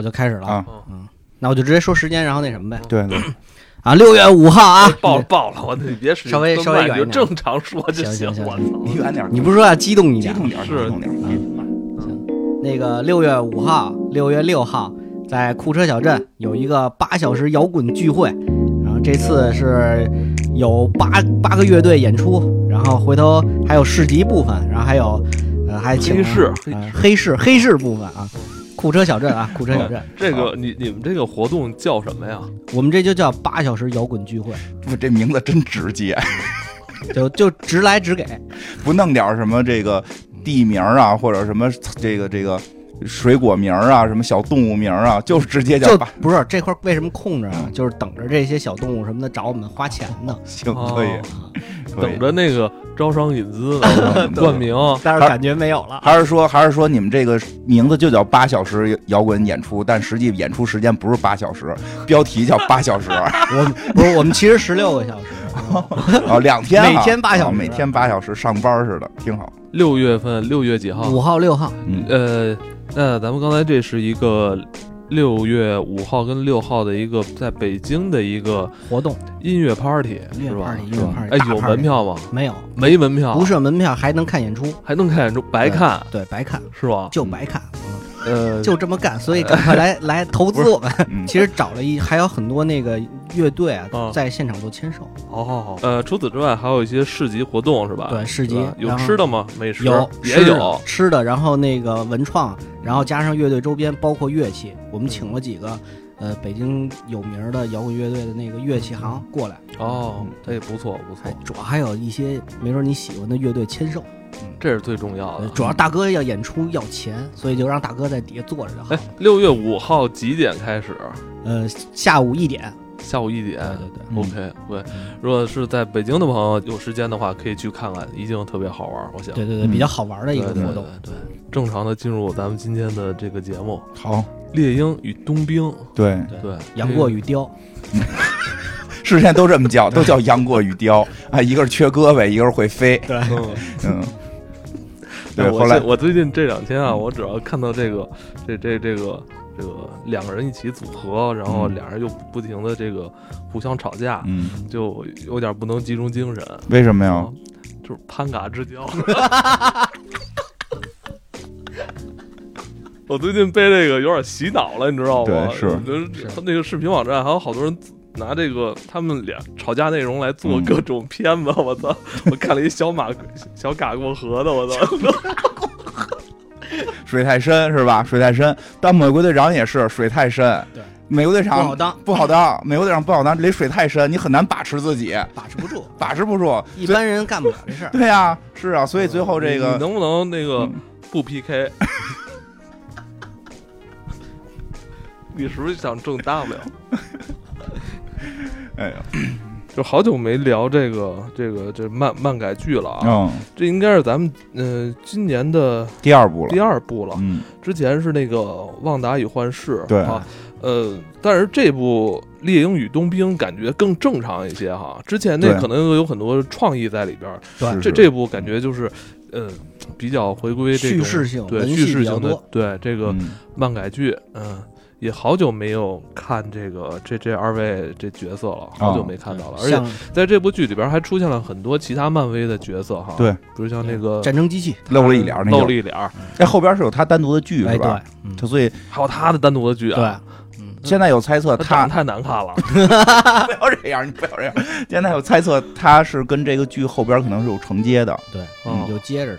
我就开始了。啊嗯，那我就直接说时间，然后那什么呗。对对，啊，六月五号啊，哎 爆了爆了，我你别使劲稍微增稍微慢远你一就点正常说就行行我离操，远点儿，你不是说要激动一激点？动点儿，是激动点儿。那个六月五号、六月六号，在库车小镇有一个八小时摇滚聚会，然后这次是有八八个乐队演出，然后回头还有市集部分，然后还有呃还请黑市呃黑市黑市部分啊，库车小镇啊库车小镇，这个你你们这个活动叫什么 呀？我们这就叫八小时摇滚聚会，不，这名字真直接，就就直来直给，不弄点儿什么这个地名儿啊，或者什么这个这个水果名儿啊，什么小动物名儿啊，就直接叫就吧。不是这块儿为什么空着啊？就是等着这些小动物什么的找我们花钱呢。行，哦可以，可以等。着那个招商引资 呢， 嗯冠名 但是感觉没有了啊，还是说，还是说，你们这个名字就叫八小时摇滚演出，但实际演出时间不是八小时，标题叫八小时，啊 我们 不是我们其实十六个 小时，哦，两天啊，每天八小时哦每天八小时，上班似的，挺好。六月份六月几号？五号六号，嗯， 呃，那咱们刚才这是一个六月五号跟六号的一个在北京的一个活动，音乐 party 音是乐吧 party，？音是乐吧 party，哎大，有 party 门票啊吗？没有？没门票，不是门票还能看演出，还能看演出，白看对，白看是吧？就白看，嗯呃，就这么干，所以赶快 来来投资我们。嗯其实找了一还有很多那个乐队啊嗯，在现场做签售，好好好。呃，除此之外还有一些市集活动是吧？对市集是吧有然后吃的吗？美食有也吃的有。哦吃的，然后那个文创，然后加上乐队周边，包括乐器，我嗯们请了几个。呃，北京有名儿的摇滚乐队的那个乐器行过来，哦嗯，这也不错不还嗯错，啊主要还有一些没准你喜欢的乐队签售。呃这是最重要的。主要大哥要演出要钱，所以就让大哥在底下坐着就好哎了。，六月五号几点开始？呃，下午一点，下午一点。对对对，嗯 OK OK，如果是在北京的朋友有时间的话，可以去看看，一定特别好玩儿。我想对对对，嗯比较好玩的一个对活动。对对对正常的进入咱们今天的这个节目好， 《猎鹰与冬兵》。对，对，杨嗯过与 雕，是现在都这么叫，都叫杨过与雕啊，一个是缺胳膊，一个是会飞， 对，嗯， 嗯，对，我后来最我最近这两天啊，我只要看到这个，这这这个这个两个人一起组合，然后嗯俩人又不停的这个互相吵架，嗯，哎就有点不能集中精神，啊为什么呀？哦就是攀嘎之交。我最近被这个有点洗脑了，你知道吗？对是就是那个视频网站还有好多人。拿这个他们俩吵架内容来做嗯各种片子，我操！我看了一小马小嘎过河的，我操！水太深是吧？水太深，当美国队长也是水太深，对，美国队不长好当，不好当，美国队长不好当，离水太深，你很难把持自己，把持不 住，把持不住。一般人干不了这事儿。对啊，是啊，所以最后这你个你能不能那个嗯不 PK？你是不是想挣 W？嗯哎呀，就好久没聊这个这个这漫漫改剧了啊，嗯，这应该是咱们呃今年的第二部了，第二部了。嗯，之前是那个《旺达与幻视》，对啊，呃，但是这部《猎鹰与冬兵》感觉更正常一些哈，之前那对可能有很多创意在里边儿，对是这这部感觉就是呃比较回归这种叙事性对文戏叙事比较性的多，对这个嗯漫改剧，嗯，也好久没有看这个这这二位这角色了，好啊久没看到了。而且像在这部剧里边还出现了很多其他漫威的角色哈，对，比如像那个战争机器，露了一脸儿那露个了，一脸儿，哎，后边是有他单独的剧哎对是吧？，嗯他所以还有他的单独的剧对啊，，现在有猜测他他长得太难看了，不要这样，你不要这样。现在有猜测他是跟这个剧后边可能是有承接的，嗯有接着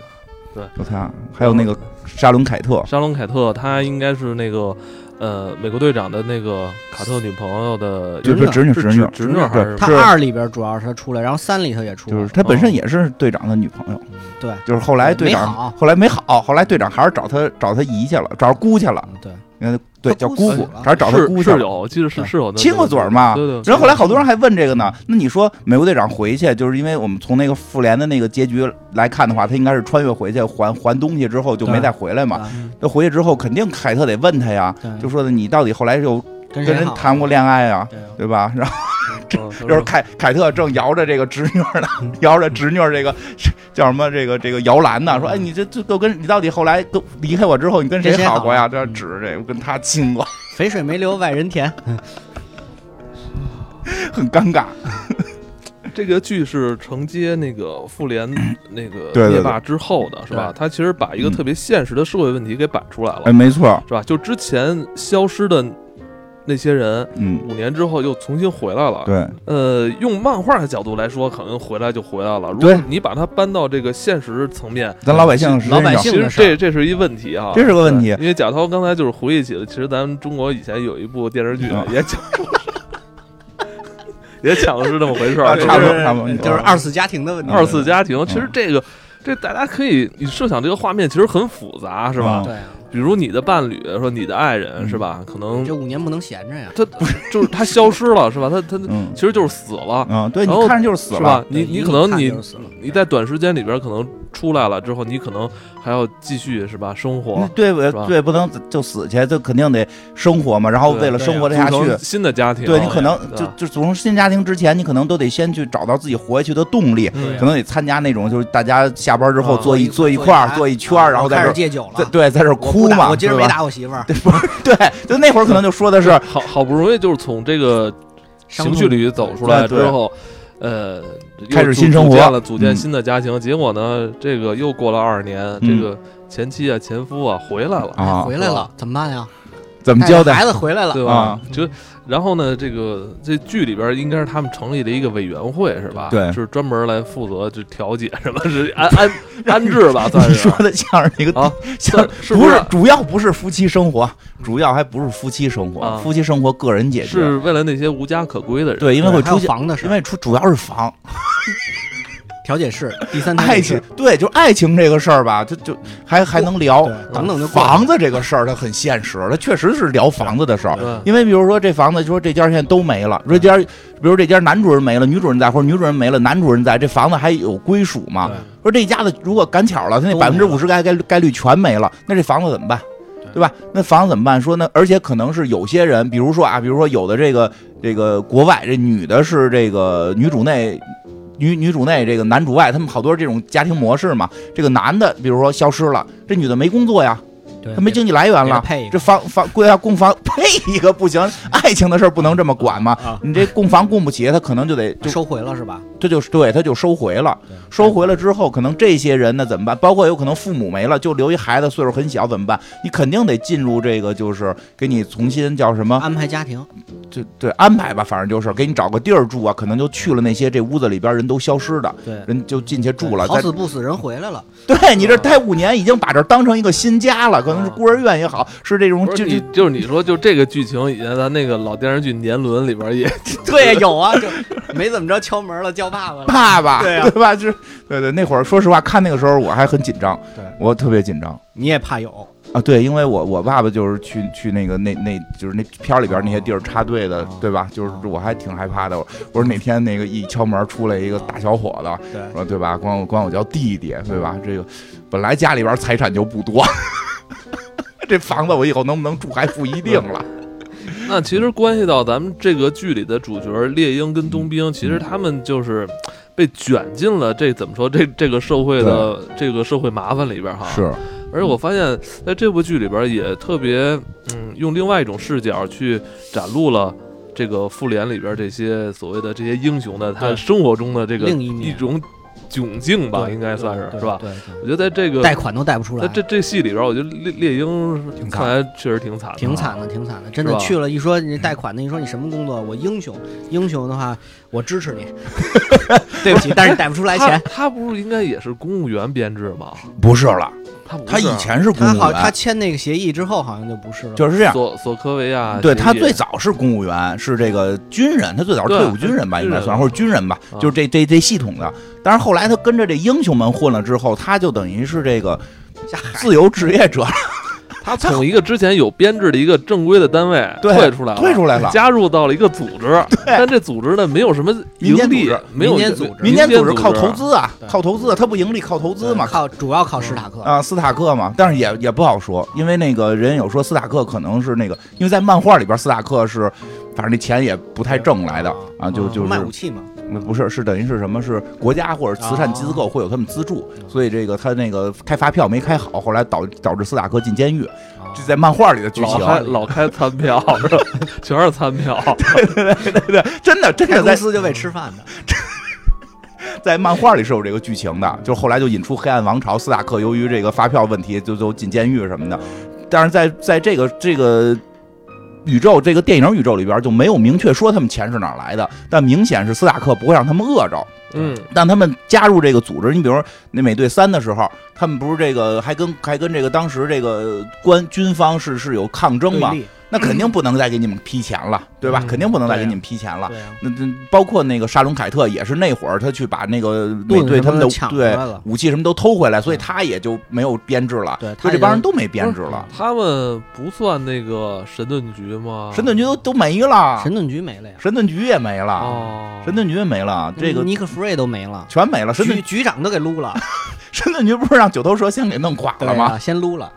的，有他， 还有那个沙伦凯特， 沙龙凯特他应该是那个呃美国队长的那个卡特女朋友的对对，侄女侄女侄女还是对他是二里边主要是他出来，然后三里头也出来就了是，他本身也是队长的女朋友，对，就是后来队没好长后来没好，后来队长还是找他找他姨去了，找他姑去了，嗯对，嗯，对，他叫姑姑死姑了，还是找他是姑去是了。有，我记得是对是有那亲过嘴儿嘛对对，然后后来好多人还问这个呢，那你说美国队长回去，就是因为我们从那个复联的那个结局来看的话，他应该是穿越回去还还东西之后就没对再回来嘛。啊嗯那回去之后肯定凯特得问他呀，对就说的你到底后来有跟跟谁人好谈过恋爱啊，对对吧？ 然后嗯他就是说凯凯特正摇着这个侄女儿呢， 摇着侄女儿这个叫什么这个这个摇篮嗯呢，说啊嗯哎你这这都跟你到底后来都离开我之后你跟谁好过呀？这跟谁好指着这个跟他亲过， 肥水没流外人田。很尴尬。这个剧是承接那个复 联那对对个对灭霸之后的，是吧？它其实把一个嗯特别现实的社会问题给摆出来了哎，，没错，是吧？就之前消失的那些人，嗯，五年之后又重新回来了。对，呃，用漫画的角度来说，可能回来就回来了。如对啊果你把它搬到这个现实层面，咱老百姓老百实际上姓其实的事儿这这是一问题啊，这是个问题对因为贾涛刚才就是回忆起了，其实咱们中国以前有一部电视剧啊嗯也 讲，也讲的是这么回事啊儿， 差不就多是差不多就是二次家庭的问题。二次家庭。其实这个。这大家可以，你设想这个画面其实很复杂，是吧？嗯对啊，比如你的伴侣，说你的爱人，嗯是吧？可能这五年不能闲着呀。他不是，就是他消失了，是吧？他他嗯其实就是死了，啊，对然你后看着就是死哦是了，吧？你对一你可能看你就是死了你在短时间里边可能出来了之后，你可能还要继续是吧？生活嗯对不是吧对？不能就死去，就肯定得生活嘛。然后对为了生活得组下去，成新的家庭，啊对你可能对就吧就组成新家庭之前，你可能都得先去找到自己活下去的动力，啊嗯可能得参加那种就是大家下班之后啊嗯坐一坐一块儿坐一圈儿，然后在开这始儿戒酒在了。对在这儿我哭不打嘛，我今儿是没吧？打我嗯媳妇儿， 对，就那会儿可能就说的是好好不容易就是从这个伤情绪痛里走出来对之对后，呃，又开始组新生组建活了，组建嗯新的家庭。结果呢，这个又过了二年，这嗯个前妻啊、前夫啊回来了，哎啊，回来了，怎么办呀？怎么带着交 代孩子回来了，对吧啊？就然后呢，这个这剧里边应该是他们成立了一个委员会，是吧？对是专门来负责就调解什么，是安安 安置吧，算你是说 的像是一个哦啊， 像是不是是主要不是夫妻生活，主要还不是夫妻生活啊，嗯夫妻生活个人解决。是为了那些无家可归的人。对，因为会还有出现，房的事因儿，为出主要是房调解 室第三条爱解室情，对，就爱情这个事儿吧，就就还还能聊对。，等等就过房了子这个事儿，它很现实，它确实是聊房子的事儿。对因为比如说这房子，说这家现在都没了，嗯说这家，比如这家男主人没了，女主人在，或者女主人没了，男主人在，这房子还有归属吗？对嗯说这家子如果赶巧了，他那都百分没之了五十概概率概率全没了，那这房子怎么办？对吧？那房子怎么办？说那而且可能是有些人，比如说啊，比如说有的这个这个国外这女的是这个女主内。女女主内这个男主外，他们好多这种家庭模式嘛。这个男的，比如说消失了，这女的没工作呀，对她没经济来源给他了，配一这个房房归要供房 配一个不行，爱情的事儿不能这么管嘛。啊，你这供房供不起，他可能就得就收回了是吧？这就是对，他就收回了。对收回了之后，可能这些人呢怎么办？包括有可能父母没了，就留一孩子，岁数很小怎么办？你肯定得进入这个，就是给你重新叫什么？安排家庭，就对安排吧，反正就是给你找个地儿住啊。可能就去了那些这屋子里边人都消失的对，人，就进去住了。好在死不死人回来 了，对你这待五年，已经把这儿当成一个新家了，可能是孤儿院也好，是这种不是就你就，就是你说，就这个剧情以前咱那个老电视剧《年轮》里边也对，有啊，就没怎么着敲门了，叫爸爸了，爸爸对对,、啊吧？就是对对，那会儿说实话，看那个时候我还很紧张对，我特别紧张。你也怕有，啊，对，因为我我爸爸就是去去那个那那就是那片儿里边那些地儿插队的，哦对吧？就是我还挺害怕的。我说哪天那个一敲门出来一个大小伙子，对说对吧？管我管我叫弟弟，对吧？嗯这个本来家里边财产就不多， 这房子我以后能不能住还不一定了。嗯那其实关系到咱们这个剧里的主角猎鹰跟冬兵，其实他们就是被卷进了这怎么说这这个社会的这个社会麻烦里边啊哈。。而且我发现在这部剧里边也特别嗯，用另外一种视角去展露了。这个复联里边这些所谓的这些英雄的，他对生活中的这个另一面种窘境吧，对应该算是对是吧？对，对我觉得在这个贷款都贷不出来在，这这戏里边，我觉得猎猎鹰挺惨看来确实挺惨的，啊挺惨的，挺惨的，真的是吧去了一说你贷款的，一说你什么工作，我英雄，英雄的话我支持你， 对不起，但是你贷不出来他钱。 他不是应该也是公务员编制吗？不是了，他不是他以前是公他务好，他员，签那个协议之后好像就不是了，就是这样。索索科维亚，对协议他最早是公务员，是这个军人，他最早是退伍军人吧，对应该军人算或者军人吧，啊就是这这这系统的。但是后来他跟着这英雄们混了之后，他就等于是这个下海自由职业者了，他从一个之前有编制的一个正规的单位对退出来了，退出来了加入到了一个组织，但这组织呢没有什么民盈间组利织，没有民间组织民间间组组织靠投资啊对，靠投资，他不盈利靠投资嘛，靠主要靠史塔克，啊，斯塔克嘛，但是也也不好说，因为那个人有说斯塔克可能是那个，因为在漫画里边斯塔克是，反正那钱也不太挣来的啊，就不就是卖武器嘛，那嗯不是是等于是什么？是国家或者慈善机哦构会有他们资助，所以这个他那个开发票没开好，后来导导致斯塔克进监狱，哦这在漫画里的剧老情。开老开餐票 是吧？全是餐票，对对对，真的真开的公在司就为吃饭的，在漫画里是有这个剧情的，就后来就引出黑暗王朝，斯塔克由于这个发票问题就就进监狱什么的。但是在在这个这个宇宙这个电影宇宙里边就没有明确说他们钱是哪儿来的，但明显是斯塔克不会让他们饿着。嗯，但他们加入这个组织，你比如说那美队三的时候，他们不是这个还跟还跟这个当时这个官军方是是有抗争嘛对？立那肯定不能再给你们批钱了，对吧？嗯肯定不能再对给啊你们批钱了。对啊，那那包括那个沙龙凯特也是那会儿，他去把那个美盾队什他么们的的抢回对来了，武器什么都偷回来，所以嗯他也就没有编制了。对他所以这帮也人都没编制了，他们不算那个神盾局吗？神盾局都都没了，神盾局没了呀，神盾局也没了，哦，神盾局也没了，这个啊尼克弗瑞都没了，全没了。神局盾局长都给撸了，神盾局不是让九头蛇先给弄垮对了吗？啊，先撸了，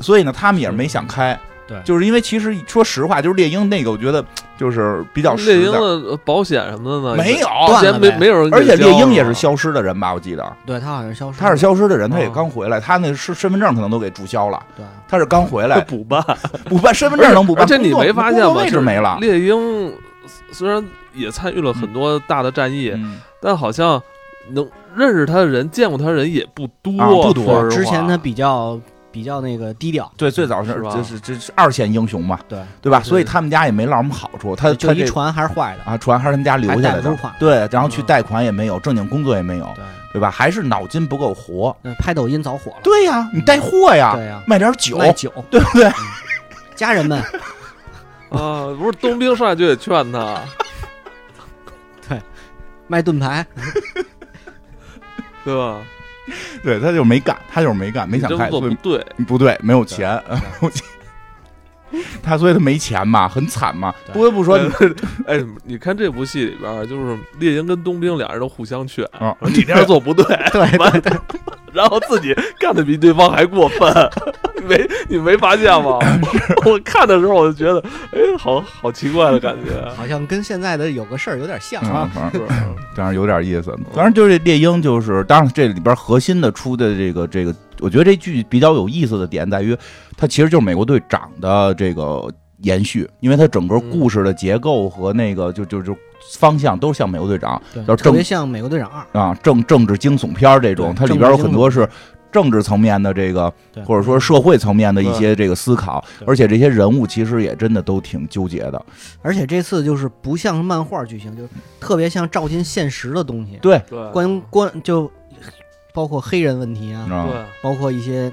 所以呢，他们也是没想开。对就是因为其实说实话，就是猎鹰那个，我觉得就是比较猎实鹰啊在，的保险什么的呢？没有。断之前没了呗没有人给而且猎鹰也交啊是了消失的人吧？我记得对他好像是消失，他是，消失的人，他也哦刚回来，他那身身份证可能都给注销了。对，他是刚回就来，补办，补办身份证能补办，哦而且你工作没发现工吗？作位就置是没了。猎鹰虽然也参与了很多大的战役，嗯但好像能认识他的人、见过他的人也不多。啊不多说实话之前他比较比较那个低调，对，最早是是吧就是这是二线英雄嘛，对，对吧？是所以他们家也没落什么好处，他就他一这船还是坏的，啊船还是他们家留下还来贷不出的款，对，然后去嗯贷款也没有，正经工作也没有，对，对吧？还是脑筋不够活。那拍抖音早火了，对呀，你带货呀，对呀，啊卖点酒，卖酒，嗯对不对？家人 们，啊，不是冬兵上来就得劝他，卖盾牌，对吧？对，他就是没干，他就是没干，没想你开，这么做所不以对，不对，没有钱， 他所以他没钱嘛，很惨嘛。对不得不说，你 哎，你看这部戏里边，就是猎鹰跟冬兵俩人都互相劝，啊，你这样做 不对，对对对，然后自己干的比对方还过分， 你没你没发现吗？ 我看的时候我就觉得，哎，好好奇怪的感觉。啊好像跟现在的有个事儿有点像嗯啊，反正是吧当然有点意思。当然，就是这猎鹰，就是当然这里边核心的出的这个这个，我觉得这剧比较有意思的点在于，它其实就是美国队长的这个延续，因为它整嗯个故事的结构和那个就就就方向都像美国队长对要特别正像美国队长二，啊政政治惊悚片儿这种，对它里边有很多是。政治层面的这个，对或者说社会层面的一些这个思考，对而且这些人物其实也真的都挺纠结的。而且这次就是不像漫画剧情，就特别像照进现实的东西，对，对，关嗯关就包括黑人问题啊，啊，对。包括一些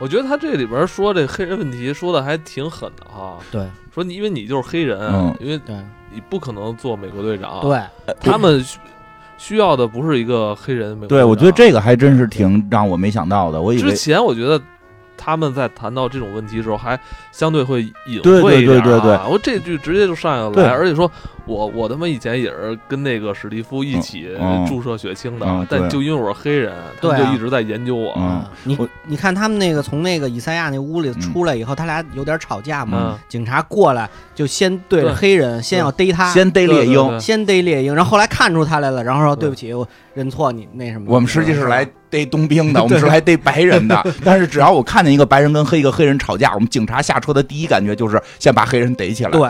我觉得他这里边说这黑人问题说的还挺狠的哈，对说你因为你就是黑人，嗯因为对你不可能做美国队长，，对，他们需需要的不是一个黑人美国队对，长。我觉得这个还真是挺让我没想到的。我以为之前我觉得他们在谈到这种问题的时候，还相对会隐对晦一点、啊，对对对对我这句直接就上下对来，而且说我我他妈以前也是跟那个史蒂夫一起嗯嗯注射血清的，嗯对但就因为我是黑人，他们对啊就一直在研究我。嗯啊你我你看他们那个从那个以赛亚那屋里嗯出来以后，他俩有点吵架嘛，嗯，警察过来就先对着对黑人，先要逮他，先逮猎对对鹰对，先逮猎鹰，然后后来看出他来了，然后说对对不起，我认错你那什么，我们实际是来逮冬兵的，我们是来逮白人的。但是只要我看见一个白人跟黑一个黑人吵架，我们警察下车的第一感觉就是先把黑人逮起来。对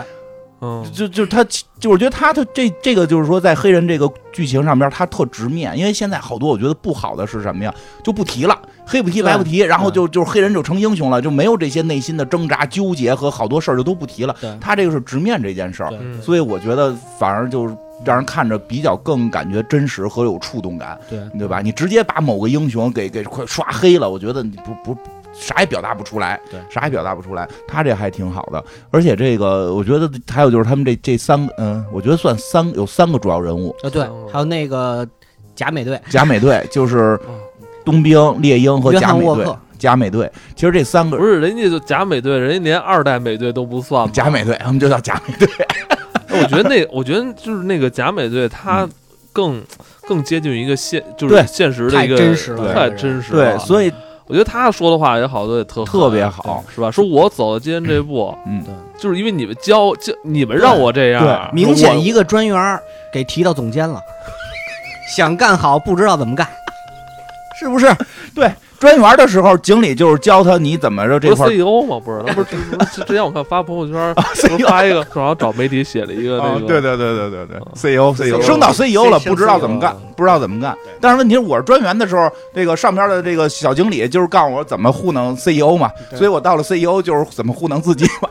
嗯，就就他，就我觉得他他这这个就是说，在黑人这个剧情上边，他特直面，因为现在好多我觉得不好的是什么呀，就不提了，黑不提白不提，然后就就是黑人就成英雄了，就没有这些内心的挣扎纠结和好多事儿就都不提了。对他这个是直面这件事儿，对嗯所以我觉得反而就是让人看着比较更感觉真实和有触动感。对对吧？你直接把某个英雄给给快刷黑了，我觉得你不不啥也表达不出来，对啥也表达不出来。他这还挺好的，而且这个我觉得还有就是他们这这三个，嗯，我觉得算三有三个主要人物，呃对，还有那个假美队，假美队就是哦冬兵、猎鹰和约假翰美沃队克。，假美队，其实这三个不是人家就假美队，人家连二代美队都不算 嘛。假美队，他们就叫假美队。我觉得那，我觉得就是那个假美队，他嗯更更接近于一个现，就对是现实的一个，太真实了太对真实对，了。所以我觉得他说的话也好，都也特特别狠好，是吧？说我走到今天这一步，嗯，就是因为你们教教你们让我这样，明显一个个专员儿给提到总监了，想干好不知道怎么干，是 不是？专员的时候，经理就是教他你怎么着这不是块儿啊 CEO 吗？E 不是，他不是之之之前我看发朋友圈，不是 CEO 发一个，正好找媒体写了一个 E 啊那个，对对对对对 E 对啊，CEO CEO 升到 CEO 了，升不知道怎么干 CEO 了，不知道怎么干。但是问题是我是专员的时候，这个上边的这个小经理就是告诉我怎么糊弄 CEO 嘛，对所以我到了 CEO 就是怎么糊弄自己 嘛。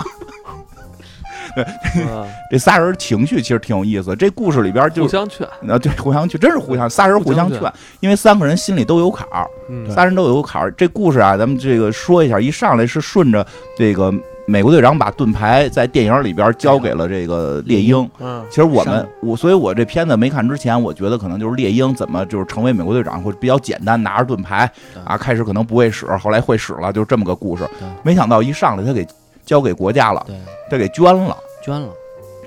嗯这仨人情绪其实挺有意思，这故事里边就互相劝，啊对互相劝，真是互相，仨人互相互劝相劝，因为三个人心里都有坎儿。嗯，仨人都有坎儿。这故事啊，咱们这个说一下，一上来是顺着这个美国队长把盾牌在电影里边交给了这个猎鹰。嗯其实我上们我，所以我这片子没看之前，我觉得可能就是猎鹰怎么就是成为美国队长会比较简单，拿着盾牌啊，开始可能不会使，后来会使了，就是这么个故事对。没想到一上来他给交给国家了，对，他给捐了。捐了，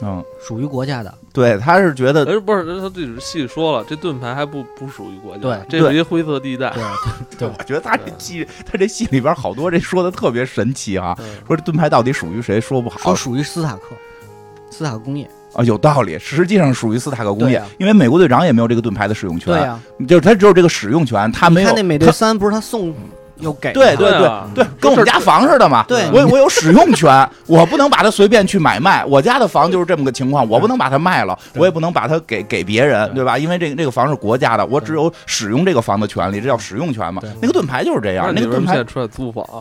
嗯，属于国家的，对，他是觉得哎，不是，他这戏说了，这盾牌还不不属于国家，对这是一灰色地带。 对，呃对我觉得他这戏，他这戏里边好多这说的特别神奇啊，嗯说这盾牌到底属于谁说不好，说属于斯塔克，斯塔克工业，啊，有道理，实际上属于斯塔克工业，对呀啊因为美国队长也没有这个盾牌的使用权，对呀、就是他只有这个使用权，他没你有看那美队他三不是他送又给对他对对啊对，跟我们家房似的嘛，嗯对我我有使用权，我不能把它随便去买卖，我家的房就是这么个情况，我不能把它卖了，我也不能把它给给别人，对对吧？因为这个这个房是国家的，我只有使用这个房的权利，这叫使用权嘛对。那个盾牌就是这样，那啊那你个为盾什么现牌在出来租房啊？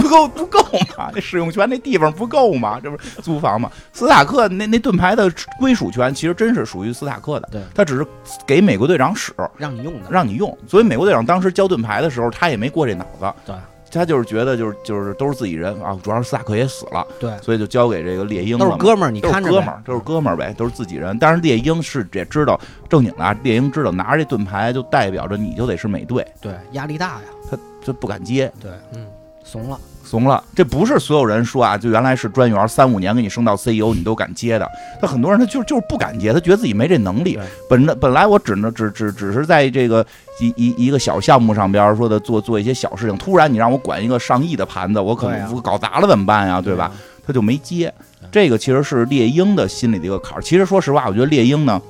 不够不够嘛？那使用权那地方不够嘛？这不是租房嘛？斯塔克那那盾牌的归属权其实真是属于斯塔克的，对他只是给美国队长使，让你用的，让你用。所以美国队长当时交盾牌的时候，他也没过这脑子，对，他就是觉得就是就是都是自己人啊，主要是斯塔克也死了，对，所以就交给这个猎鹰了都嘛。是哥们儿，你都是看着哥呗们儿，都是哥们儿呗，都是自己人。但是猎鹰是也知道正经的啊，猎鹰知道拿着这盾牌就代表着你就得是美队，对，压力大呀，他就不敢接，对，嗯，怂了，怂了。这不是所有人说啊，就原来是专员，三五年给你升到 CEO，你都敢接的。他很多人他就就是不敢接，他觉得自己没这能力对。本着本来我只能只只只是在这个一一一个小项目上边儿说的做做一些小事情，突然你让我管一个上亿的盘子，我可对啊能我搞砸了怎么办呀？对吧？？他就没接。嗯这个其实是猎鹰的心里的一个坎儿。其实说实话，我觉得猎鹰呢，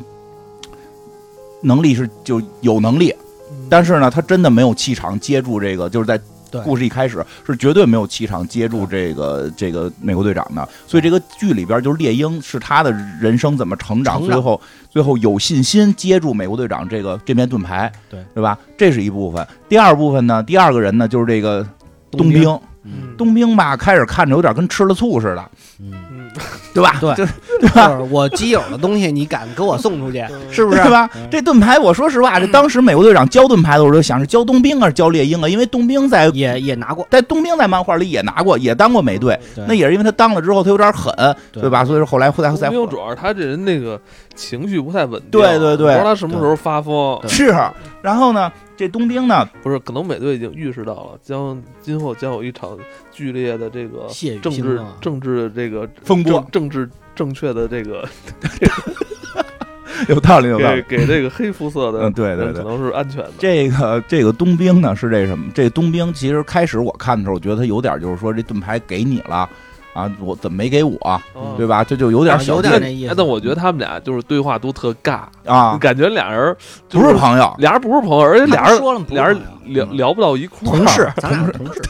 能力是就有能力，但是呢，他真的没有气场接住这个，就是在嗯对故事一开始是绝对没有气场接住这个这个美国队长的。所以这个剧里边就是猎鹰是他的人生怎么成长，成长最后最后有信心接住美国队长这个这面盾牌，对对吧？这是一部分。第二部分呢，第二个人呢就是这个冬兵，兵，嗯冬兵吧，开始看着有点跟吃了醋似的，嗯，嗯，对吧？对就就是我基友的东西，你敢给我送出 去，是不是对？吧嗯？这盾牌，我说实话，这当时美国队长交盾牌的时候，我就想是交冬兵啊，是交猎鹰啊？因为冬兵在也也拿过，在冬兵在漫画里也拿过，也当过美队，对那也是因为他当了之后他有点狠，对对吧？所以说后来后来才没有，主要是他这人那个情绪不太稳定，对对对不知道他什么时候发疯。对是。然后呢，这冬兵呢，不是，可能美队已经预示到了，将今后将有一场剧烈的这个血雨政腥治风啊政治的这个风波政政治正确的这个有道理，有道给理。给这个黑肤色的嗯，对对人可对。能是安全的。这个这个冬兵呢是这什么？这冬兵其实开始我看的时候，我觉得他有点就是说这盾牌给你了啊，我怎么没给我，嗯对吧？这就有点啊小有点贱那意思哎但我觉得他们俩就是对话都特尬，啊，感觉俩人就不是朋友，俩人不是朋友，而且俩他人们说了不是俩人朋友聊嗯聊不到一块儿，同 事，咱俩是同事，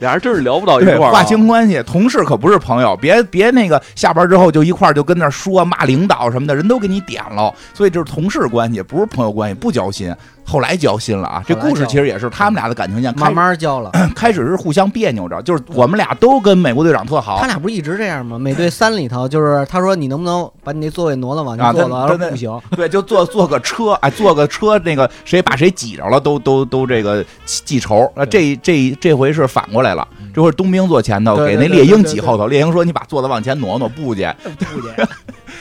俩人真是聊不到一对，块儿啊，划清关系，同事可不是朋友，别别那个下班之后就一块儿就跟那儿说骂领导什么的，人都给你点了，所以这是同事关系，不是朋友关系，不交心。后来交心了啊，这后来故事其实也是他们俩的感情线，慢开慢交了。开始是互相别扭着，就是我们俩都跟美国队长特 好他俩不是一直这样吗？美队三里头就是他说你能不能把你那座位挪了往啊前坐了，他然他后不行，对，就坐坐个车，哎，坐个车，那个谁把谁挤着了，都都都这个记记仇。那这这这回是反过来了，这回是冬兵坐前头，嗯对给对那对猎对鹰对挤对后头。猎鹰说：“你把座子往前挪挪，不去，不行。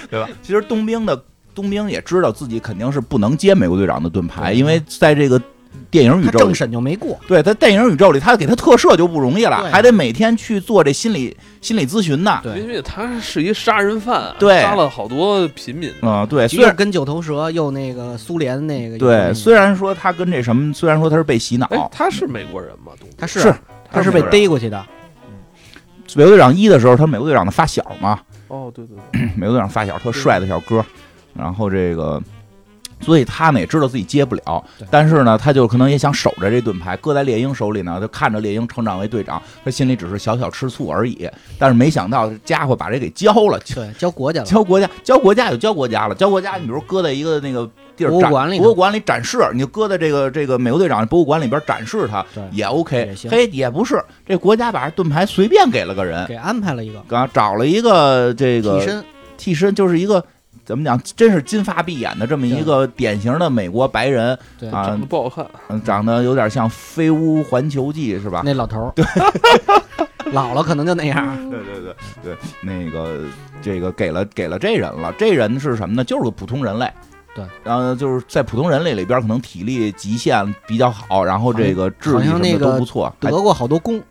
对吧？”其实冬兵的冬兵也知道自己肯定是不能接美国队长的盾牌，因为在这个。电影 宇他宙政里，审就没过，对他电影宇宙里，他给他特赦就不容易对了，还得每天去做这心理心理咨询呢。对因为他是一杀人犯啊，对杀了好多平民。嗯，对，虽又然跟九头蛇又那个苏联那个对，虽然说他跟这什么，虽然说他是被洗脑，哎，他是美国人吗？东他是啊是啊他是美被国人逮过去的，美国队长一的时候，他是美国队长的发小嘛，哦，对对对，美国队长发小特帅的小哥，然后这个，所以他呢也知道自己接不了对，但是呢，他就可能也想守着这盾牌，搁在猎鹰手里呢，就看着猎鹰成长为队长，他心里只是小小吃醋而已。但是没想到这家伙把这给交了，交对，交国家了。交国家，交国家就交国家了，交国家，你比如搁在一个那个。地儿博物展馆里头博物馆里展示，你就搁在这个这个美国队长博物馆里边展示它对也 OK，也行嘿，也不是这国家把这盾牌随便给了个人，给安排了一个啊，找了一个这个替身，替身就是一个怎么讲，真是金发碧眼的这么一个典型的美国白人对，啊长得，不好看。嗯长得有点像《飞屋环球记》是吧？那老头儿，对，老了可能就那 样，对对对对，那个这个给了给了这人了，这人是什么呢？就是个普通人类。对，然后就是在普通人类里边，可能体力极限比较好，然后这个智好力像什么那的都个不错，还得过好多功，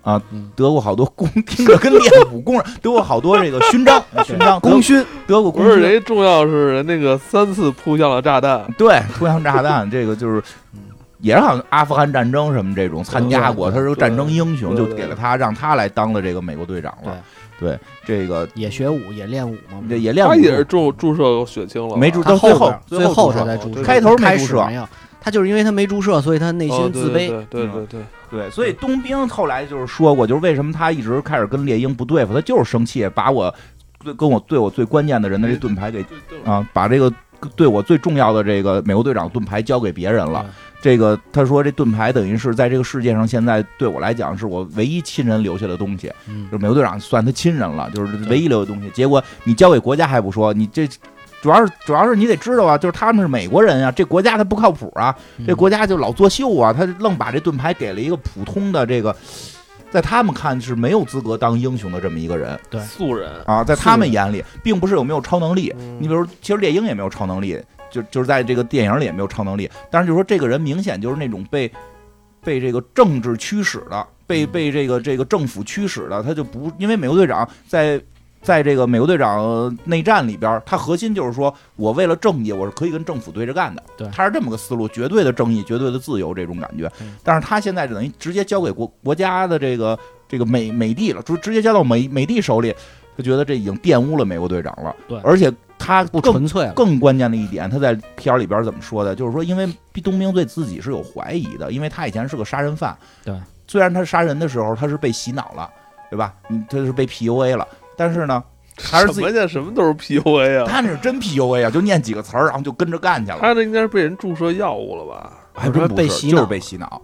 得过好多弓，听着跟练武功似的，得过好多这个 勋章，勋章功勋，得过功不是勋谁重要是人那个三次扑向了炸弹，对，拖枪炸弹这个就是，也是好像阿富汗战争什么这种参加过，他对是个战争英雄，对就对给了他，让他来当了这个美国队长了。对，这个也学武也练武嘛。这也练他武也是注注射血清了，哦没注他到最后边后儿最最后后注他射才对注对射，开头他开没始注射没有，他就是因为他没注射，所以他内哦心对自卑。对对对对，对，所以冬兵后来就是说过，就是为什么他一直开始跟猎鹰不对付，他就是生气，把我跟我对我最关键的人的这盾牌给对对啊，把这个对我最重要的这个美国队长盾牌交给别人了嗯。这个他说这盾牌等于是在这个世界上现在对我来讲是我唯一亲人留下的东西，嗯就是美国队长算他亲人了，就是唯一留的东西。结果你交给国家还不说，你这。主要是主要是你得知道啊，就是他们是美国人啊，这国家他不靠谱啊，嗯这国家就老作秀啊，他愣把这盾牌给了一个普通的这个，在他们看是没有资格当英雄的这么一个人对素人。啊，在他们眼里，并不是有没有超能力，嗯你比如，其实猎鹰也没有超能力，就就是在这个电影里也没有超能力。但是就说这个人明显就是那种被被这个政治驱使的，被被这个这个政府驱使的，他就不因为美国队长在。在这个美国队长内战里边，他核心就是说我为了正义，我是可以跟政府对着干的。对他是这么个思路，绝对的正义，绝对的自由这种感觉嗯。但是他现在等于直接交给国国家的这个这个美美帝了，直直接交到美美帝手里，他觉得这已经玷污了美国队长了。对而且他不更嗯纯粹了，更关键的一点，他在片儿里边怎么说的？就是说，因为冬兵对自己是有怀疑的，因为他以前是个杀人犯。对，虽然他杀人的时候他是被洗脑了，对吧？嗯，他是被 PUA 了，但是呢，还是自什己么叫什么都是 PUA 啊？他那是真 PUA 啊，就念几个词儿，然后就跟着干去了。他这应该是被人注射药物了吧？还真不被是，洗就是脑被洗脑。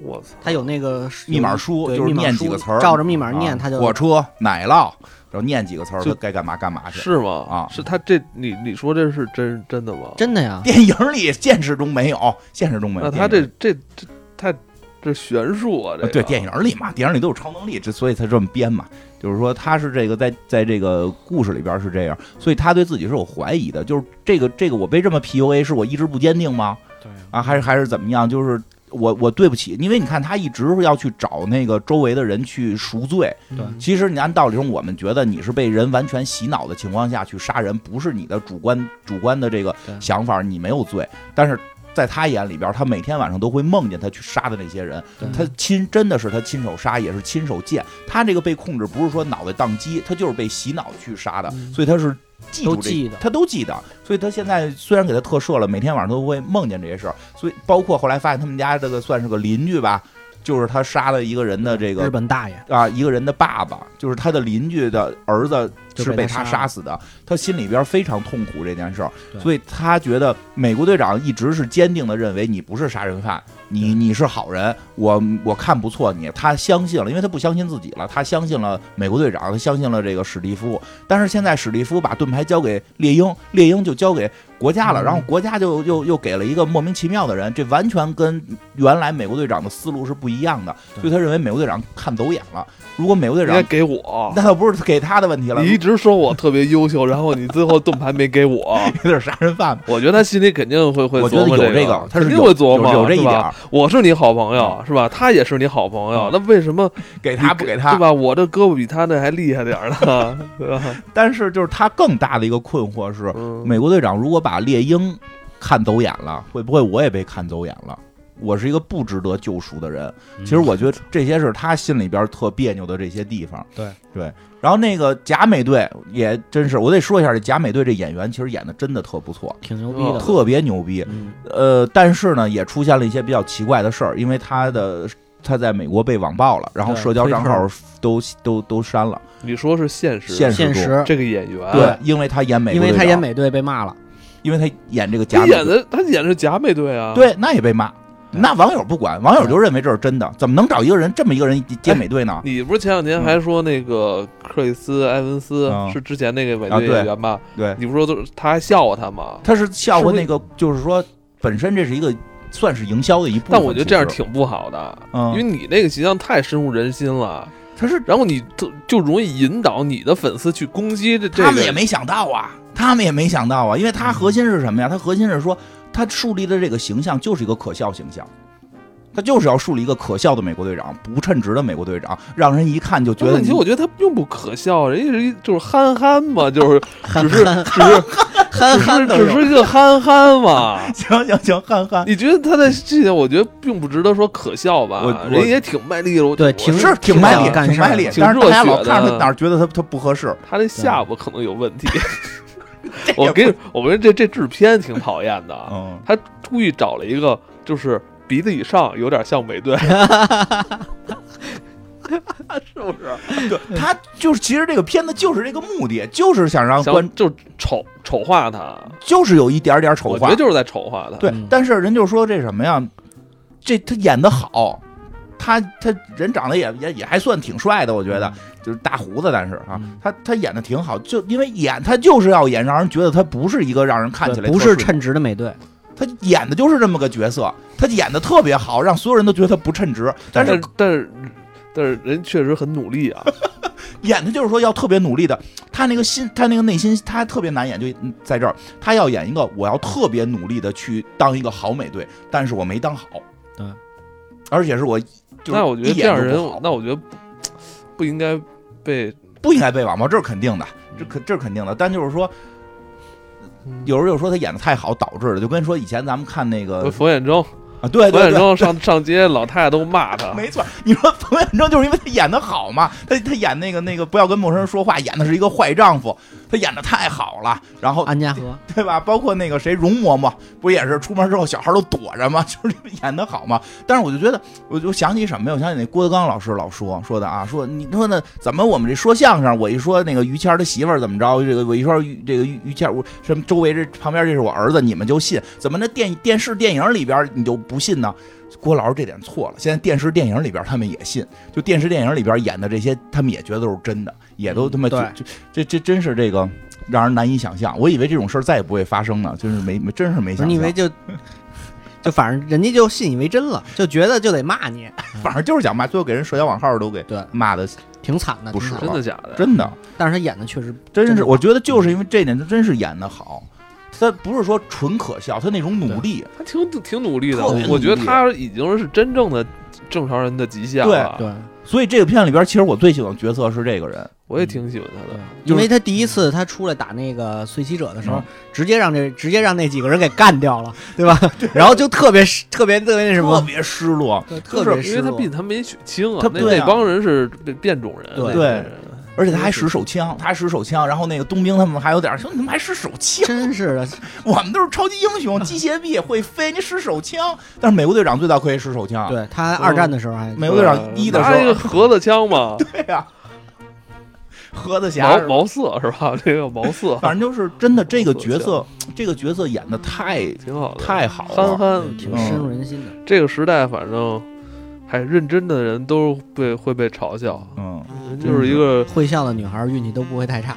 我操！他有那个密码书对就是密码念书几个词儿，照着密码念啊他就火车、奶酪，然后念几个词儿，就他该干嘛干嘛去。是吗？啊是他这你你说这是真真的吗？真的呀，电影里现实中没有，现实中没有。那他电这影里这这太这悬殊啊！这呃个对电影里嘛，电影里都有超能力，这所以才这么编嘛。就是说他是这个在在这个故事里边是这样，所以他对自己是有怀疑的。就是这个这个我被这么 PUA，是我意志不坚定吗？对啊，还是还是怎么样？就是我我对不起，因为你看他一直要去找那个周围的人去赎罪，对其实你按道理上，我们觉得你是被人完全洗脑的情况下去杀人，不是你的主观主观的这个对想法，你没有罪。但是在他眼里边，他每天晚上都会梦见他去杀的那些人对，他亲真的是他亲手杀，也是亲手见。他这个被控制不是说脑袋宕机，他就是被洗脑去杀的，嗯所以他是记住都这记得他都记得。所以他现在虽然给他特赦了，每天晚上都会梦见这些事儿。所以包括后来发现他们家这个算是个邻居吧。就是他杀了一个人的这个日本大爷啊，一个人的爸爸，就是他的邻居的儿子就是被他他杀杀了死的，他心里边非常痛苦这件事儿，对所以他觉得美国队长一直是坚定的认为你不是杀人犯，你对你是好人，我我看不错你，他相信了，因为他不相信自己了，他相信了美国队长，他相信了这个史蒂夫，但是现在史蒂夫把盾牌交给猎鹰，猎鹰就交给国家了，嗯然后国家就又又给了一个莫名其妙的人，这完全跟原来美国队长的思路是不一样的，对所以他认为美国队长看走眼了。如果美国队应长该，给我那倒不是给他的问题了，离直说我特别优秀，然后你最后盾牌没给 我，有点杀人犯吧。我觉得他心里肯定会会我觉琢得磨有这个个，，他肯是定有会琢磨啊有有这一是点吧儿，嗯我是你好朋友是吧？他也是你好朋友，那为什么给他不给他对？吧？我这胳膊比他那还厉害点 儿呢，对吧？但是就是他更大的一个困惑是，嗯美国队长如果把猎鹰看走眼了，会不会我也被看走眼了？我是一个不值得救赎的人。嗯其实我觉得这些是他心里边特别扭的这些地方。对对，然后那个假美队也真是，我得说一下这假美队这演员其实演的真的特不错，挺牛逼的，特别牛逼。嗯呃，但是呢，也出现了一些比较奇怪的事儿，因为他的他在美国被网暴了，然后对社交账号推都都都删了，你说是现实，现现实实中。这个演员对，因为他演美，啊因为他演，美队被骂了，因为他演这个假他美队演的他演的是假美队啊，对，那也被骂。对那网友不管，网友就认为这是真的，怎么能找一个人这么一个人哎接美队呢？你不是前两天还说那个克里斯·埃文斯嗯是之前那个美啊队对演员吧？对，你不是说都是他还笑话他吗？他是笑是话不是那个，就是说，本身这是一个算是营销的一部分。但我觉得这样其实，挺不好的，嗯，因为你那个形象太深入人心了，他是然后你就就容易引导你的粉丝去攻击这这个。他们也没想到啊，他们也没想到啊，因为他核心是什么呀？他核心是说，他树立的这个形象就是一个可笑形象。他就是要树立一个可笑的美国队长，不称职的美国队长，让人一看就觉得但问你题我觉得他并不可笑，人家是一就是憨憨嘛，就是憨只是憨只是憨只是憨的只是一个憨憨 嘛。行行行，憨憨你觉得他在这点，我觉得并不值得说可笑吧我？我人也挺卖力的，我对我挺是挺卖力，干挺事儿卖力，挺但是大家热血老看着的他哪儿觉得他他不合适，他那下巴可能有问题。我跟 你我跟你这这制片挺讨厌的啊，嗯，他故意找了一个就是鼻子以上有点像美队， 是不是？对，他就是其实这个片子就是这个目的，就是想让观，想就丑丑化他，就是有一点点丑我觉化得，就是在丑化他。对嗯。但是人就说这什么呀？这他演的好，他他人长得也也也还算挺帅的，我觉得就是大胡子，但是啊嗯，他他演的挺好，就因为演他就是要演，让人觉得他不是一个让人看起来对不特是顺称职的美队，他演的就是这么个角色，他演的特别好，让所有人都觉得他不称职，但但是是但是但是人确实很努力啊，演的就是说要特别努力的，他那个心，他那个内心，他特别难演，就在这儿，他要演一个我要特别努力的去当一个好美队，但是我没当好，对，而且是我 就是那我觉得一这样眼人就不好，那我觉得不不应该被不应该被网暴，这是肯定的，这肯这是肯定的，但就是说，有人就说他演的太好导致的，就跟说以前咱们看那个呃冯远征，啊，对冯对远对。 征上上街，老太太都骂他。没错，你说冯远征就是因为他演的好嘛，他他演那个那个不要跟陌生人说话，演的是一个坏丈夫，他演的太好了，然后安家哦和对吧？包括那个谁，容嬷嬷不也是出门之后小孩都躲着吗？ 就是演的好嘛。但是我就觉得，我就想起什么呀？我想起那郭德纲老师老说说的啊，说你说呢？怎么我们这说相声，我一说那个于谦儿他媳妇儿怎么着，这个我一说于这个于于谦儿，我什么周围这旁边这是我儿子，你们就信？怎么那电电视电影里边你就不信呢？郭老师这点错了，现在电视电影里边他们也信，就电视电影里边演的这些，他们也觉得都是真的，也都他妈就对就这这真是这个让人难以想象。我以为这种事儿再也不会发生呢，就是没没真是没不想是象。你以为就就反正人家就信以为真了，就觉得就得骂你，反正就是想骂，最后给人社交网号都给对骂的，挺惨的，不挺是惨的真的假的？真的但是他嗯演的确实真真是，的我觉得就是因为这点，他真是演的好。他不是说纯可笑，他那种努力，他挺挺努力的，特别努力啊我觉得他已经是真正的正常人的极限了。对，所以这个片里边，其实我最喜欢的角色是这个人。我也挺喜欢他的。因为他第一次他出来打那个碎袭者的时候嗯，直接让这直接让那几个人给干掉了，对 吧？然后就特别特别特别那什特么，别失落，对特就别是因失为他落毕。竟他没血清他那对啊那帮人是变变种人，对那些人而且他还使手枪，他还使手枪，然后那个冬兵他们还有点说你们还使手枪，真是的，我们都是超级英雄， 机械臂会飞，你使手枪。但是美国队长最早可以使手啊枪，对他二战的时候还美国队长一的时拿一 个候，盒子枪嘛， 对呀、盒子侠毛是吧毛色是吧？ 这个毛色反正就是真的，这个角 色，这个角色演的太哎挺好的，太好憨了。憨对。挺嗯深入人心的。这个时代，反正还认真的人都被会被嘲笑，嗯，人就是一个会笑的女孩运气都不会太差。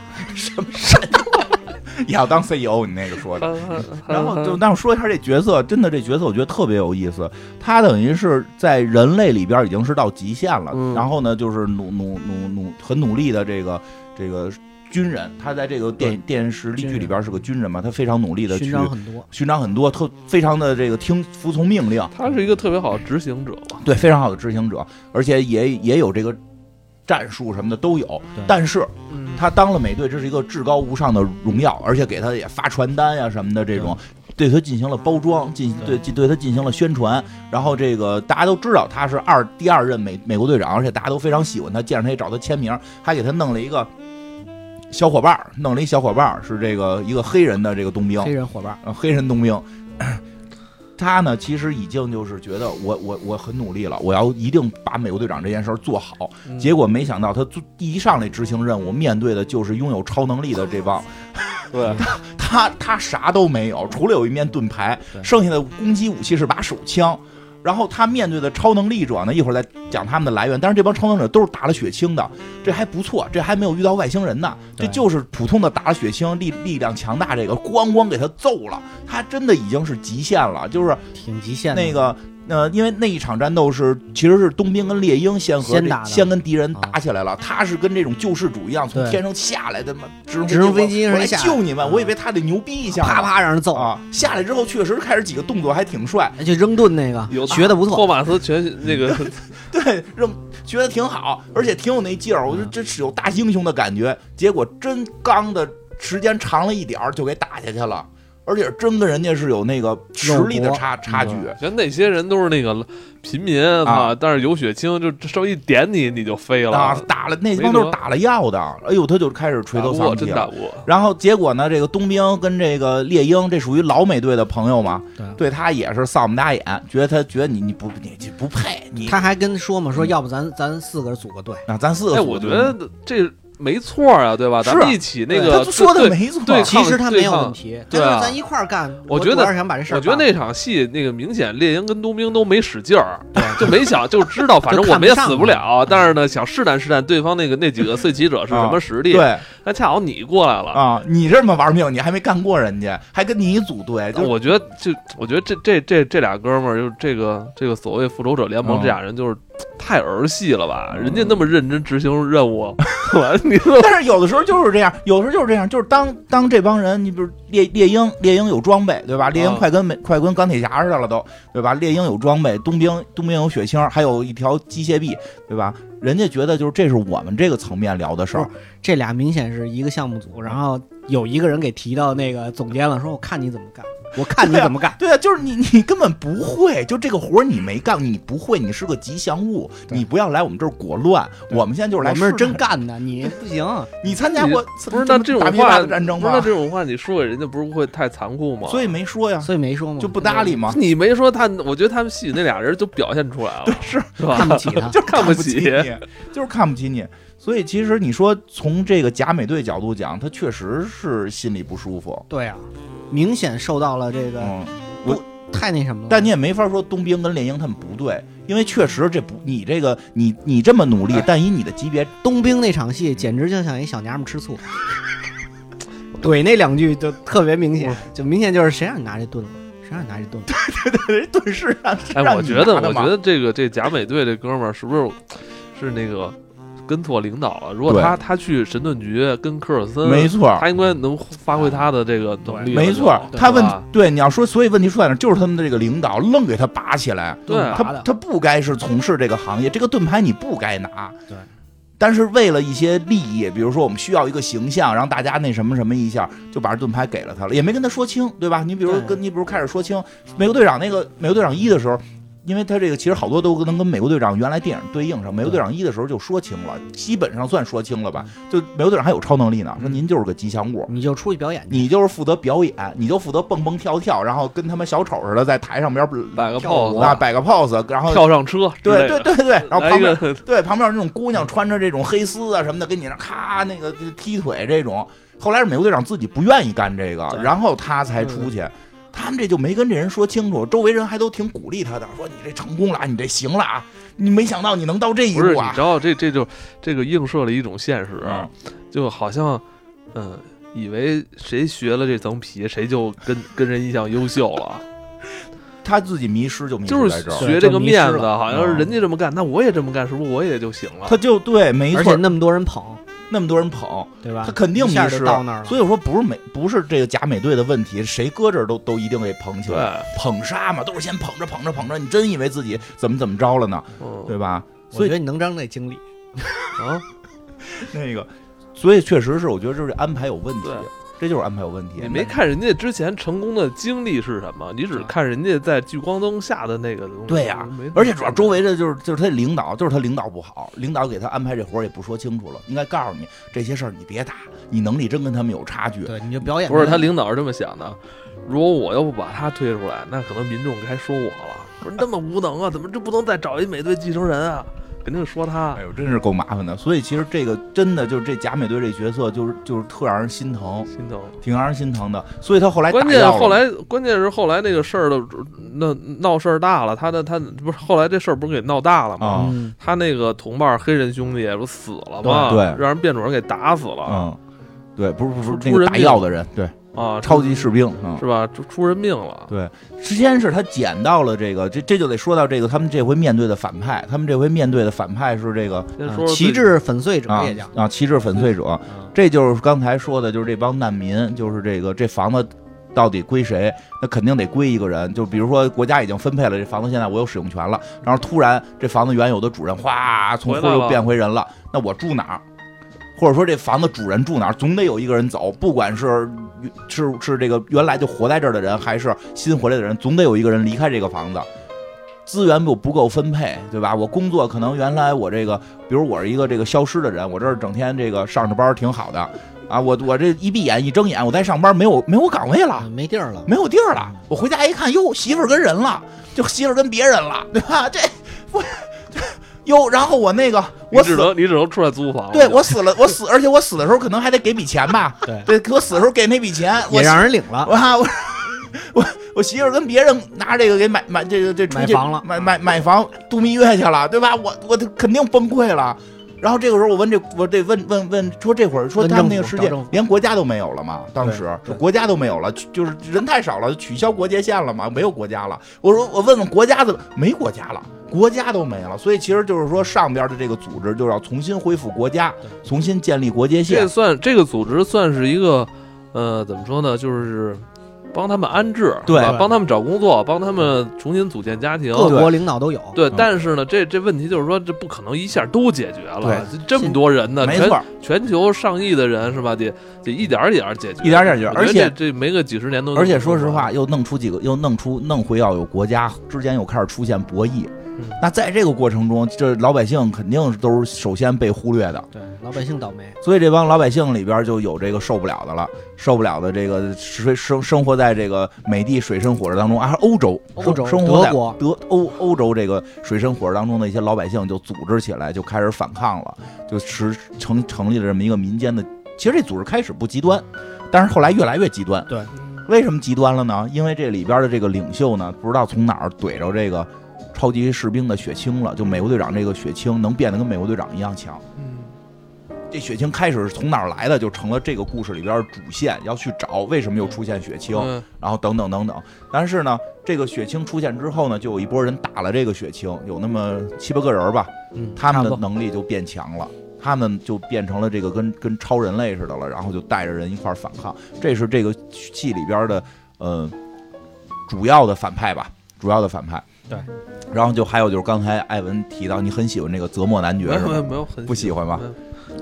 也要当 CEO，你那个说的。憨憨。然后就憨憨那我说一下这角色，真的这角色我觉得特别有意思。他等于是在人类里边已经是到极限了，嗯然后呢，就是努努努努很努力的这个这个军人，他在这个电电视军剧人里边是个军人嘛，他非常努力的勋去章很多，寻找很多，特非常的这个听服从命令，他是一个特别好的执行者吧？对，非常好的执行者，而且也也有这个战术什么的都有对。但是嗯，他当了美队，这是一个至高无上的荣耀，而且给他也发传单呀、什么的这种。对他进行了包装，进行对对对对他进行了宣传，然后这个大家都知道他是二第二任美美国队长，而且大家都非常喜欢他，见着他也找他签名，还给他弄了一个小伙伴儿，弄了一小伙伴儿是这个一个黑人的这个冬兵，黑人伙伴，呃，黑人冬兵， 他呢其实已经就是觉得我我我很努力了，我要一定把美国队长这件事儿做好。嗯结果没想到他最第一上来执行任务，面对的就是拥有超能力的这帮，对他他啥都没有，除了有一面盾牌，对剩下的攻击武器是把手枪。然后他面对的超能力者呢，一会儿再讲他们的来源。但是这帮超能者都是打了血清的，这还不错，这还没有遇到外星人呢。这对就是普通的打了血清，力力量强大，这个咣咣给他揍了，他真的已经是极限了。就是挺极限的。那个呃，因为那一场战斗是其实是冬兵跟猎鹰先和先这打的先跟敌人啊打起来了，他是跟这种救世主一样从对天上下来的嘛，直直升飞飞机我上我来下来救你们，嗯我以为他得牛逼一下呢，啪啪让人揍，啊，下来之后确实开始几个动作还挺帅，哎就扔盾那个有学的不托错，马斯全那个对，扔觉得挺好，而且挺有那劲儿，我觉得嗯这是有大英雄的感觉。结果真刚的时间长了一点儿就给打下去了，而且真跟人家是有那个实力的肉搏嗯差差距。全那些人都是那个贫民啊但是有血清，就稍微一点你你就飞了。啊，打了那没帮都是辙打了药的，哎呦，他就开始垂打头不丧过，气真了打。不过。然后结果呢，这个冬兵跟这个猎鹰，这属于老美队的朋友嘛，对对他也是丧不打眼，觉得他觉得你你不你你不配，你他还跟说嘛，说要不咱咱四个组个队，啊，咱四个哎，组我觉队得这没错啊，对吧？是咱们一起那对个他说的对没错，对其实他没有抗问题，对他啊说咱一块儿干。我我觉得主要是想把这事儿我办觉了，得那场戏那个明显猎鹰跟冬兵都没使劲儿，就没想就知道，反正就我看不们也上死不了。但是呢，想试探试探对方那个那几个碎骑者是什么实力。，啊对那恰好你过来了，啊，你这么玩命，你还没干过人家，还跟你一组队，就我觉得就我觉得这这这这俩哥们儿，就这个这个所谓复仇者联盟嗯这俩人就是太儿戏了吧？嗯人家那么认真执行任务， 完你说 但是有的时候就是这样，有的时候就是这样，就是当当这帮人，你比如猎猎鹰，猎鹰有装备，对吧？猎鹰啊快跟美、快跟钢铁侠似的了都，对吧？猎鹰有装备，冬兵冬兵有血清，还有一条机械臂，对吧？人家觉得就是这是我们这个层面聊的事儿，这俩明显是一个项目组，然后有一个人给提到那个总监了，说我看你怎么干，我看你怎么干。对啊，就是你你根本不会，就这个活儿你没干，你不会，你是个吉祥物，对你不要来我们这儿裹乱，对我们现 在就是来我们是试真探，干的，你不行。你参加过不是那这种大话批发的战争不是那吗？这种话你说给人家不是会太残酷吗？所以没说呀，所以没说嘛，就不搭理嘛。 你没说他，我觉得他们戏里那俩人就表现出来了，是是吧？。看不 起他就是看看不不起起你，就是看不起你。所以其实你说从这个假美队角度讲，他确实是心里不舒服。对啊，明显受到了这个嗯，太那什么了。但你也没法说冬兵跟猎鹰他们不对，因为确实这不你这个你你这么努哎力，但以你的级别， 冬兵那场嗯戏简直就像一小娘们吃醋，怼那两句就特别明显，嗯就明显就是谁让你拿这盾了，谁让你拿这 盾了。人顿时让是哎，让我你觉得，拿的我嘛觉得这个这贾美队这哥们儿是不是是那个跟错领导了？如果对他他去神盾局跟科尔森，没错儿。他应该能发啊挥他的这个能力了就。没错儿，对他问吧对你要说，所以问题出在哪儿？就是他们的这个领导愣给他拔起来，对啊拔他的他不该是从事这个行业，这个盾牌你不该拿。对。但是为了一些利益，比如说我们需要一个形象，让大家那什么什么一下，就把这盾牌给了他了，也没跟他说清，对吧？你比如对跟你比如开始说清美国队长那个美国队长一的时候，因为他这个其实好多都能跟美国队长原来电影对应上，美国队长一的时候就说清了，基本上算说清了吧。就美国队长还有超能力呢，说您就是个吉祥物，你就出去表演去，你就是负责表演，你就负责蹦蹦跳跳，然后跟他们小丑似的在台上边摆个跳舞 pose，啊摆个 pose，然后跳上车之类对的，对对对，然后来旁一边啊个对旁边有那种姑娘穿着这种黑丝啊什么的，跟你那咔那个踢腿这种。后来是美国队长自己不愿意干这个，对然后他才出去。他们这就没跟这人说清楚，周围人还都挺鼓励他的，说你这成功了，你这行了啊，你没想到你能到这一不步是，你啊知。道这这就这个映射了一种现实，啊嗯就好像，嗯，以为谁学了这层皮，谁就跟跟人一样优秀了，他自己迷 失就迷就失在是这对儿，学这个面就迷子，失了好像是嗯人家这么干，那我也这么干，是不是我也就行了？他就对，没而错且，那么多人捧，那么多人捧，对吧？他肯定一迷下就失。到那儿了。所以我说不是美，不是这个假美队的问题，谁搁这儿都都一定给捧起 对，来，捧杀嘛，都是先捧着捧着捧着，你真以为自己怎么怎么着了呢？嗯对吧？我觉所以得你能当那经理，啊，那个，所以确实是，我觉得就是安排有问题对，这就是安排有问题。你没看人家之前成功的经历是什么，你只看人家在聚光灯下的那个东西。对呀没而且主要周围的就是就是他领导，就是他领导不好，领导给他安排这活儿也不说清楚了，应该告诉你这些事儿你别打，你能力真跟他们有差距。对，你就表演不是他领导是这么想的，如果我要不把他推出来，那可能民众该说我了，说你那么无能啊，怎么这不能再找一美队继承人啊？肯定说他哎。呦，真是够麻烦的。所以其实这个真的就是这假美队这角色，就是就是特让人心疼，心疼，挺让人心疼的。所以他后来关打键药了后来，关键是后来那个事儿的那闹事儿大了，他的他不是后来这事儿不是给闹大了吗？啊嗯他那个同伴黑人兄弟不死了吗？对对让人变种人给打死了、嗯，对，不是不是出那个人打命药的人，对，啊！超级士兵，嗯是。吧？出出人命了，对，先是他捡到了这个，这这就得说到这个，他们这回面对的反派，他们这回面对的反派是这个先啊说说旗最帜粉碎者啊也叫，啊旗帜粉碎者，嗯这就是刚才说的，就是这帮难民，就是这个这房子到底归谁？那肯定得归一个人。就比如说国家已经分配了这房子，现在我有使用权了，然后突然这房子原有的主人哗从回灰来了又变回人了，那我住哪儿？或者说这房子主人住哪儿，总得有一个人走，不管是是是这个原来就活在这儿的人，还是新回来的人，总得有一个人离开这个房子。资源不不够分配，对吧？我工作可能原来我这个，比如我是一个这个消失的人，我这儿整天这个上着班儿挺好的啊，我我这一闭眼一睁眼，我在上班没有没有岗位了，嗯没地儿了，啊没有地儿了。我回家一看，哟，媳妇儿跟人了，就媳妇儿跟别人了，对吧？这我这哟，然后我那个你我只死，能你只能出来租房了。对我死了，我死，而且我死的时候可能还得给笔钱吧？对，对，我死的时候给那笔钱，我也让人领了，我啊我我我媳妇儿跟别人拿这个给买买这个这出去买房了啊买买买房度蜜月去了，对吧？我我肯定崩溃了。然后这个时候我问这我这问问问说这会儿说问他们政那个府世找界政府连国家都没有了嘛？当时对对国家都没有了，就就是人太少了，取消国界线了嘛，没有国家了。我说我问问国家怎么没国家了，国家都没了。所以其实就是说上边的这个组织就要重新恢复国家对，重新建立国界线这。算这个组织算是一个，呃，怎么说呢？就是帮他们安置，对是吧帮他们找工作，帮他们重新组建家庭。各国领导都有，对嗯，但是呢，这这问题就是说，这不可能一下都解决了。对这这么多人呢，没全错，全球上亿的人是吧？得得一点儿一点儿解决，一点儿一点儿解决我觉而得且这这没个几十年都。而且说实话，，又弄出几个，又弄出弄回要有国家之间又开始出现博弈。嗯那在这个过程中，这老百姓肯定都是首先被忽略的，对，老百姓倒霉，所以这帮老百姓里边就有这个受不了的了，受不了的这个水生生活在这个美帝水深火热当中，啊，还是欧洲，欧生洲生活在德国德欧欧洲这个水深火热当中的一些老百姓就组织起来，就开始反抗了，就实成成立了这么一个民间的。其实这组织开始不极端，但是后来越来越极端。为什么极端了呢？因为这里边的这个领袖呢，不知道从哪儿怼着这个超级士兵的血清了，就美国队长这个血清能变得跟美国队长一样强。嗯，这血清开始是从哪儿来的，就成了这个故事里边的主线，要去找为什么又出现血清，嗯然后等等等等。但是呢，这个血清出现之后呢，就有一波人打了这个血清，有那么七八个人吧，嗯，他差们的不多能力就变强了，他们就变成了这个跟跟超人类似的了，然后就带着人一块儿反抗。这是这个戏里边的呃主要的反派吧，主要的反派。对。然后就还有就是刚才艾文提到，你很喜欢这个泽莫男爵没是嗯有没有吧？没有很嗯不喜欢吧？没有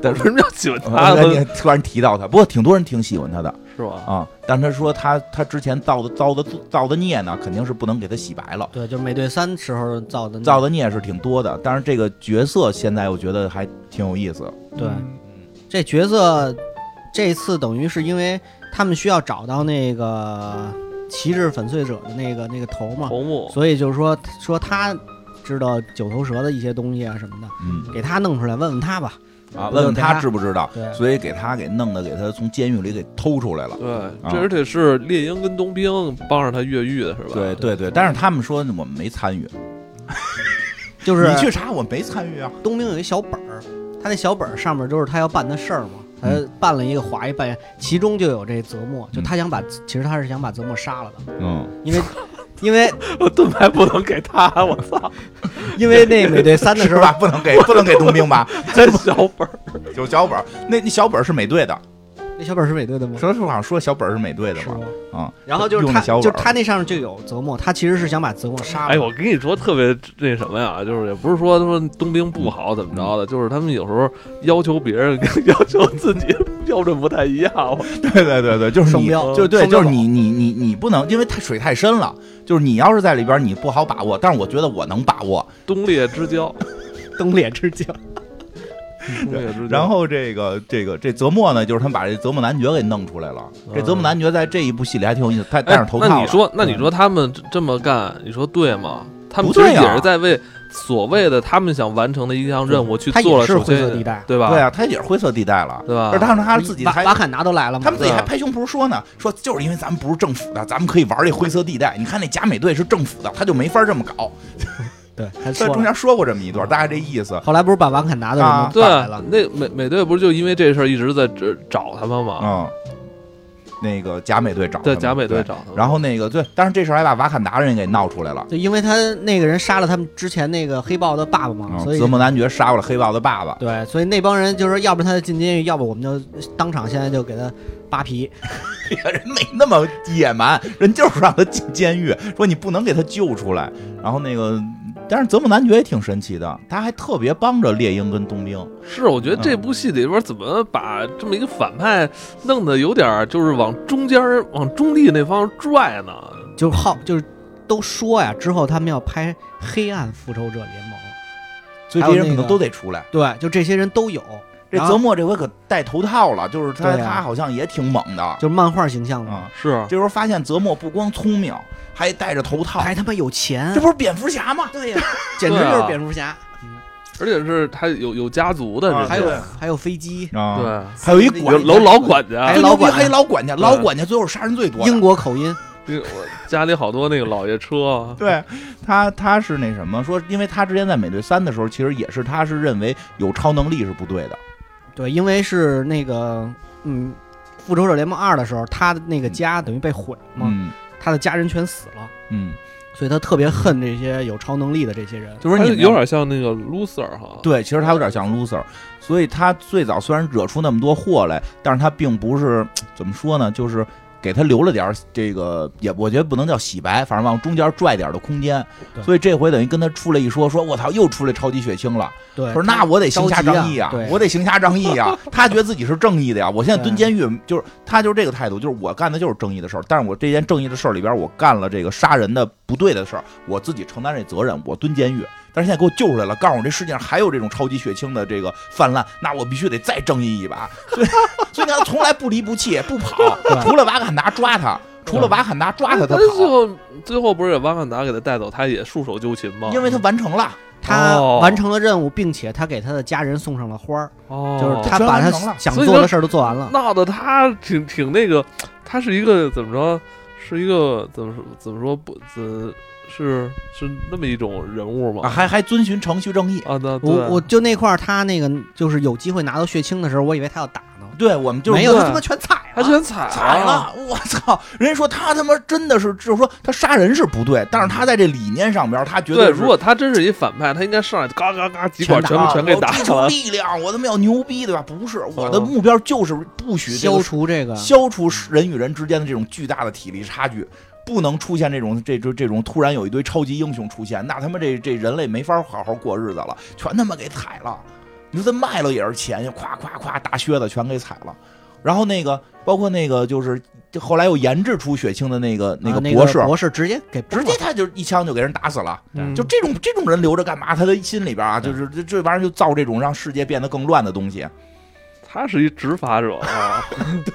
但为什么要喜欢他呃呢？你突然提到他，不过挺多人挺喜欢他的是吧？啊。但他说他他之前造的造的造的孽呢，肯定是不能给他洗白了。对，就美队三时候造的那造的孽是挺多的，但是这个角色现在我觉得还挺有意思。对，嗯这角色这次等于是因为他们需要找到那个旗帜粉碎者的那个那个头嗯嘛，头目所以就是说说他知道九头蛇的一些东西啊什么的，嗯，给他弄出来问问他吧。啊，不问就问给他他知不知道，对所以给他给弄得给他从监狱里给偷出来了。对，啊这而且是猎鹰跟冬兵帮着他越狱的是吧？对对对，但是他们说我们没参与，就是你去查我没参与啊。东明有一小本儿，他那小本儿上面都是他要办的事儿嘛，他嗯办了一个划一 办，其中就有这泽莫，就他想把，其实他是想把泽莫杀了的，嗯，因为因为我 盾牌不能给他，我 操，因为那美队三的时是候吧？不能给不能给冬兵吧？真小本儿，有小本儿，那那小本儿是美队的，那小本是美队的吗？说实话，说小本儿是美队的是嘛吗？啊，然后就是用他，的小就本是儿他那上面就有泽莫，他其实是想把泽莫杀了。 哎，我跟你说特别那什么呀，就是也不是说他说冬兵不好怎么着的，就是他们有时候要求别人跟 要求自己标准不太一样。我 对对对对，就是双你，标就对，双标就是你你你你不能，因为太水太深了，就是你要是在里边儿你不好把握，但是我觉得我能把握。东列 之交，嗯登脸之交，东列之交。然后这个这个这泽莫呢，就是他们把这泽莫男爵给弄出来了。嗯这泽莫男爵在这一部戏里还挺有意思，他戴上头套哎那你了嗯说，那你说他们这这么干，你说对吗？他们不其实对啊也是在为所谓的他们想完成的一项任嗯务去他做也了是首灰先色，地带，对吧？对啊，他也是灰色地带了，对吧而他他自己瓦还瓦坎达都来了嘛，他们自己还对啊拍胸脯说呢，说就是因为咱们不是政府的，咱们可以玩这灰色地带。你看那假美队是政府的，他就没法这么搞。对，还在说中了间说过这么一段，大概这意思。后来不是把瓦坎达的人啊都对打来了，，那美美队不是就因为这事儿一直在这找他们吗？嗯，那个假美队找对，他们假美队对找他们，然后那个对，但是这事儿还把瓦坎达人给闹出来了。就因为他那个人杀了他们之前那个黑豹的爸爸嘛，啊所嗯，以泽莫男爵杀过了黑豹的爸爸， 对，所以那帮人就是要不然他就进监狱，要不我们就当场现在就给他扒皮。人没那么野蛮，人就是让他进监狱，说你不能给他救出来。然后那个，但是泽莫男爵也挺神奇的，他还特别帮着猎鹰跟冬兵。是，我觉得嗯这部戏里边怎么把这么一个反派弄得有点儿就是往中间儿往中立那方拽呢？就是好，就是都说呀，之后他们要拍《黑暗复仇者联盟》，所以还这有些人可那个能都得出来。对，就这些人都有，这然后泽莫这回可戴头套了，就是他、对啊他好像也挺猛的啊、就是漫画形象嘛，嗯。是这时候发现泽莫不光聪明，还戴着头套，还他妈有钱哦这，不是蝙蝠侠吗？对呀， 简啊直就是蝙蝠侠，而且是他有有家族的，啊人还家有还有飞机，啊，对，还有一管管有楼老管家，还最老牛逼管家还有老管家，嗯对老管家最后杀人最多的。英国口音，因为我家里好多那个老爷车啊，对他，他是那什么说？因为他之前在美队三的时候，其实也是他是认为有超能力是不对的，对，因为是那个嗯，《复仇者联盟二》的时候，他的那个家等于被毁了嘛，嗯他的家人全死了，嗯，所以他特别恨这些有超能力的这些人。就是他你们有点像那个 loser 哈，对，其实他有点像 loser，所以他最早虽然惹出那么多祸来，但是他并不是怎么说呢，就是给他留了点儿这个，也我觉得不能叫洗白，反正往中间拽点儿的空间对。所以这回等于跟他出来一说，说我操，又出来超级血清了。对，他说那我得行侠仗义呃着急啊啊对，我得行侠仗义 啊。他觉得自己是正义的呀，我现在蹲对监狱就是他就是这个态度，就是我干的就是正义的事儿，但是我这件正义的事儿里边，我干了这个杀人的不对的事儿，我自己承担这责任，我蹲监狱。但是现在给我救出来了，告诉我这世界上还有这种超级血清的这个泛滥，那我必须得再正义一把。所以，所以他从来不离不弃，不跑对，除了瓦坎达抓他，除了瓦坎达抓他，他但是哎最跑，后最后不是也瓦坎达给他带走，他也束手就擒吗？因为他完成了，他哦完成了任务，并且他给他的家人送上了花儿，哦，就是他全把完他成了想所以做他的事儿都做完了。闹得他挺挺那个，他是一个怎么着，是一个怎么说怎么说不怎是是那么一种人物啊，嘛？还还遵循程序正义。啊，那对我我就那块儿，他那个就是有机会拿到血清的时候，我以为他要打呢，对我们就是没有，对他他妈全踩他了。全踩踩啊了，我操！人家说他他妈真的是，就是说他杀人是不对，但是他在这理念上边，他觉对，得是如果他真是一反派，他应该上来嘎嘎嘎几管全部全给打啊我追求了。啊力量，我他妈要牛逼，对吧？不是，我的目标就是不许这消个除这个，消除人与人之间的这种巨大的体力差距，不能出现这种这这这种突然有一堆超级英雄出现，那他妈这这人类没法好好过日子了，全他妈给踩了。你说他卖了也是钱，咵咵咵大靴子全给踩了。然后那个包括那个就是后来又研制出血清的那个啊那个那博士，博士直接给直接他就一枪就给人打死了。嗯就这种这种人留着干嘛？他的心里边啊，对就是这这玩意儿就造这种让世界变得更乱的东西。他是一执法者啊，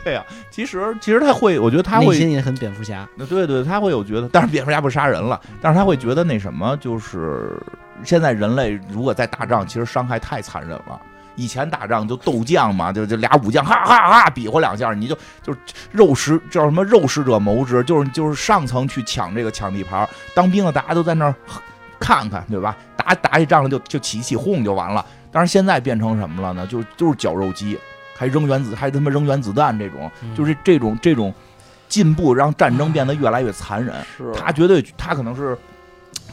对呀、其实其实他会，我觉得他内会心也很蝙蝠侠，那对对，他会有觉得，但是蝙蝠侠不杀人了，但是他会觉得那什么，就是现在人类如果在打仗，其实伤害太残忍了。以前打仗就斗将嘛，就就俩武将哈哈哈比划两下，你就就是肉食叫什么肉食者谋之，就是就是上层去抢这个抢地盘儿，当兵的大家都在那儿看看，对吧？打打一仗了就就起一起哄就完了。但是现在变成什么了呢？就就是绞肉机，还扔原子，还他妈扔原子弹这种，就是这种这种进步让战争变得越来越残忍。是嗯他绝对，他可能是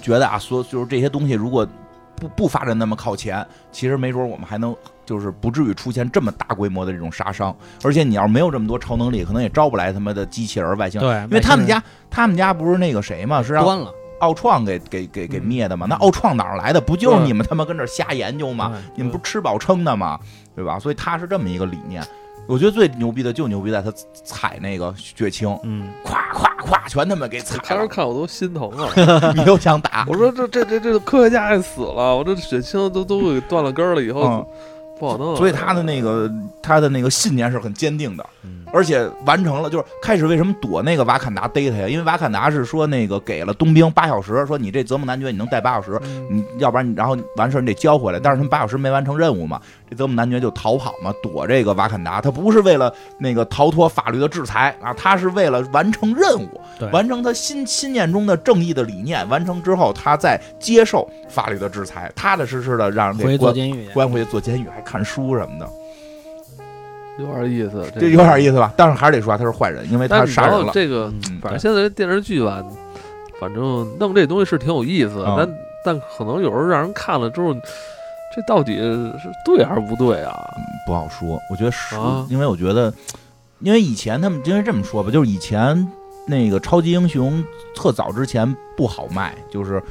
觉得啊，所就是这些东西如果不不发展那么靠前，其实没准我们还能就是不至于出现这么大规模的这种杀伤。而且你要是没有这么多超能力，可能也招不来他妈的机器人儿外星人。对，因为他们家他们家不是那个谁嘛，是让关了，奥创给给给给嗯灭的嘛？那奥创哪儿来的？不就是对你们他妈跟这儿瞎研究吗？嗯你们不吃饱撑的吗？对吧？所以他是这么一个理念。我觉得最牛逼的就牛逼在他踩那个血清，嗯，咵咵咵全他妈给踩当时看我都心疼 啊！了，你又想打，我说这这这这科学家也死了，我这血清都都给断了根儿了，以后嗯，不好弄了。所以他的那个他的那个信念是很坚定的嗯，而且完成了。就是开始为什么躲那个瓦坎达逮他呀？因为瓦坎达是说那个给了冬兵八小时，说你这泽木男爵你能带八小时，嗯你要不然你然后完事儿你得交回来。但是他们八小时没完成任务嘛，这泽姆男爵就逃跑嘛，躲这个瓦坎达。他不是为了那个逃脱法律的制裁啊，他是为了完成任务对，完成他心心念中的正义的理念。完成之后，他再接受法律的制裁，踏踏实实的让嗯人回给去坐关监狱去。关回去坐监狱，还看书什么的，有点意思，这有点意思吧？但是还是得说啊他是坏人，因为但他你知杀人道了。这个，嗯，反正现在这电视剧吧，反正弄这东西是挺有意思，嗯但但可能有时候让人看了之后，这到底是对还是不对啊？不好说。我觉得是，啊因为我觉得，因为以前他们因为这么说吧，就是以前那个超级英雄特早之前不好卖，就是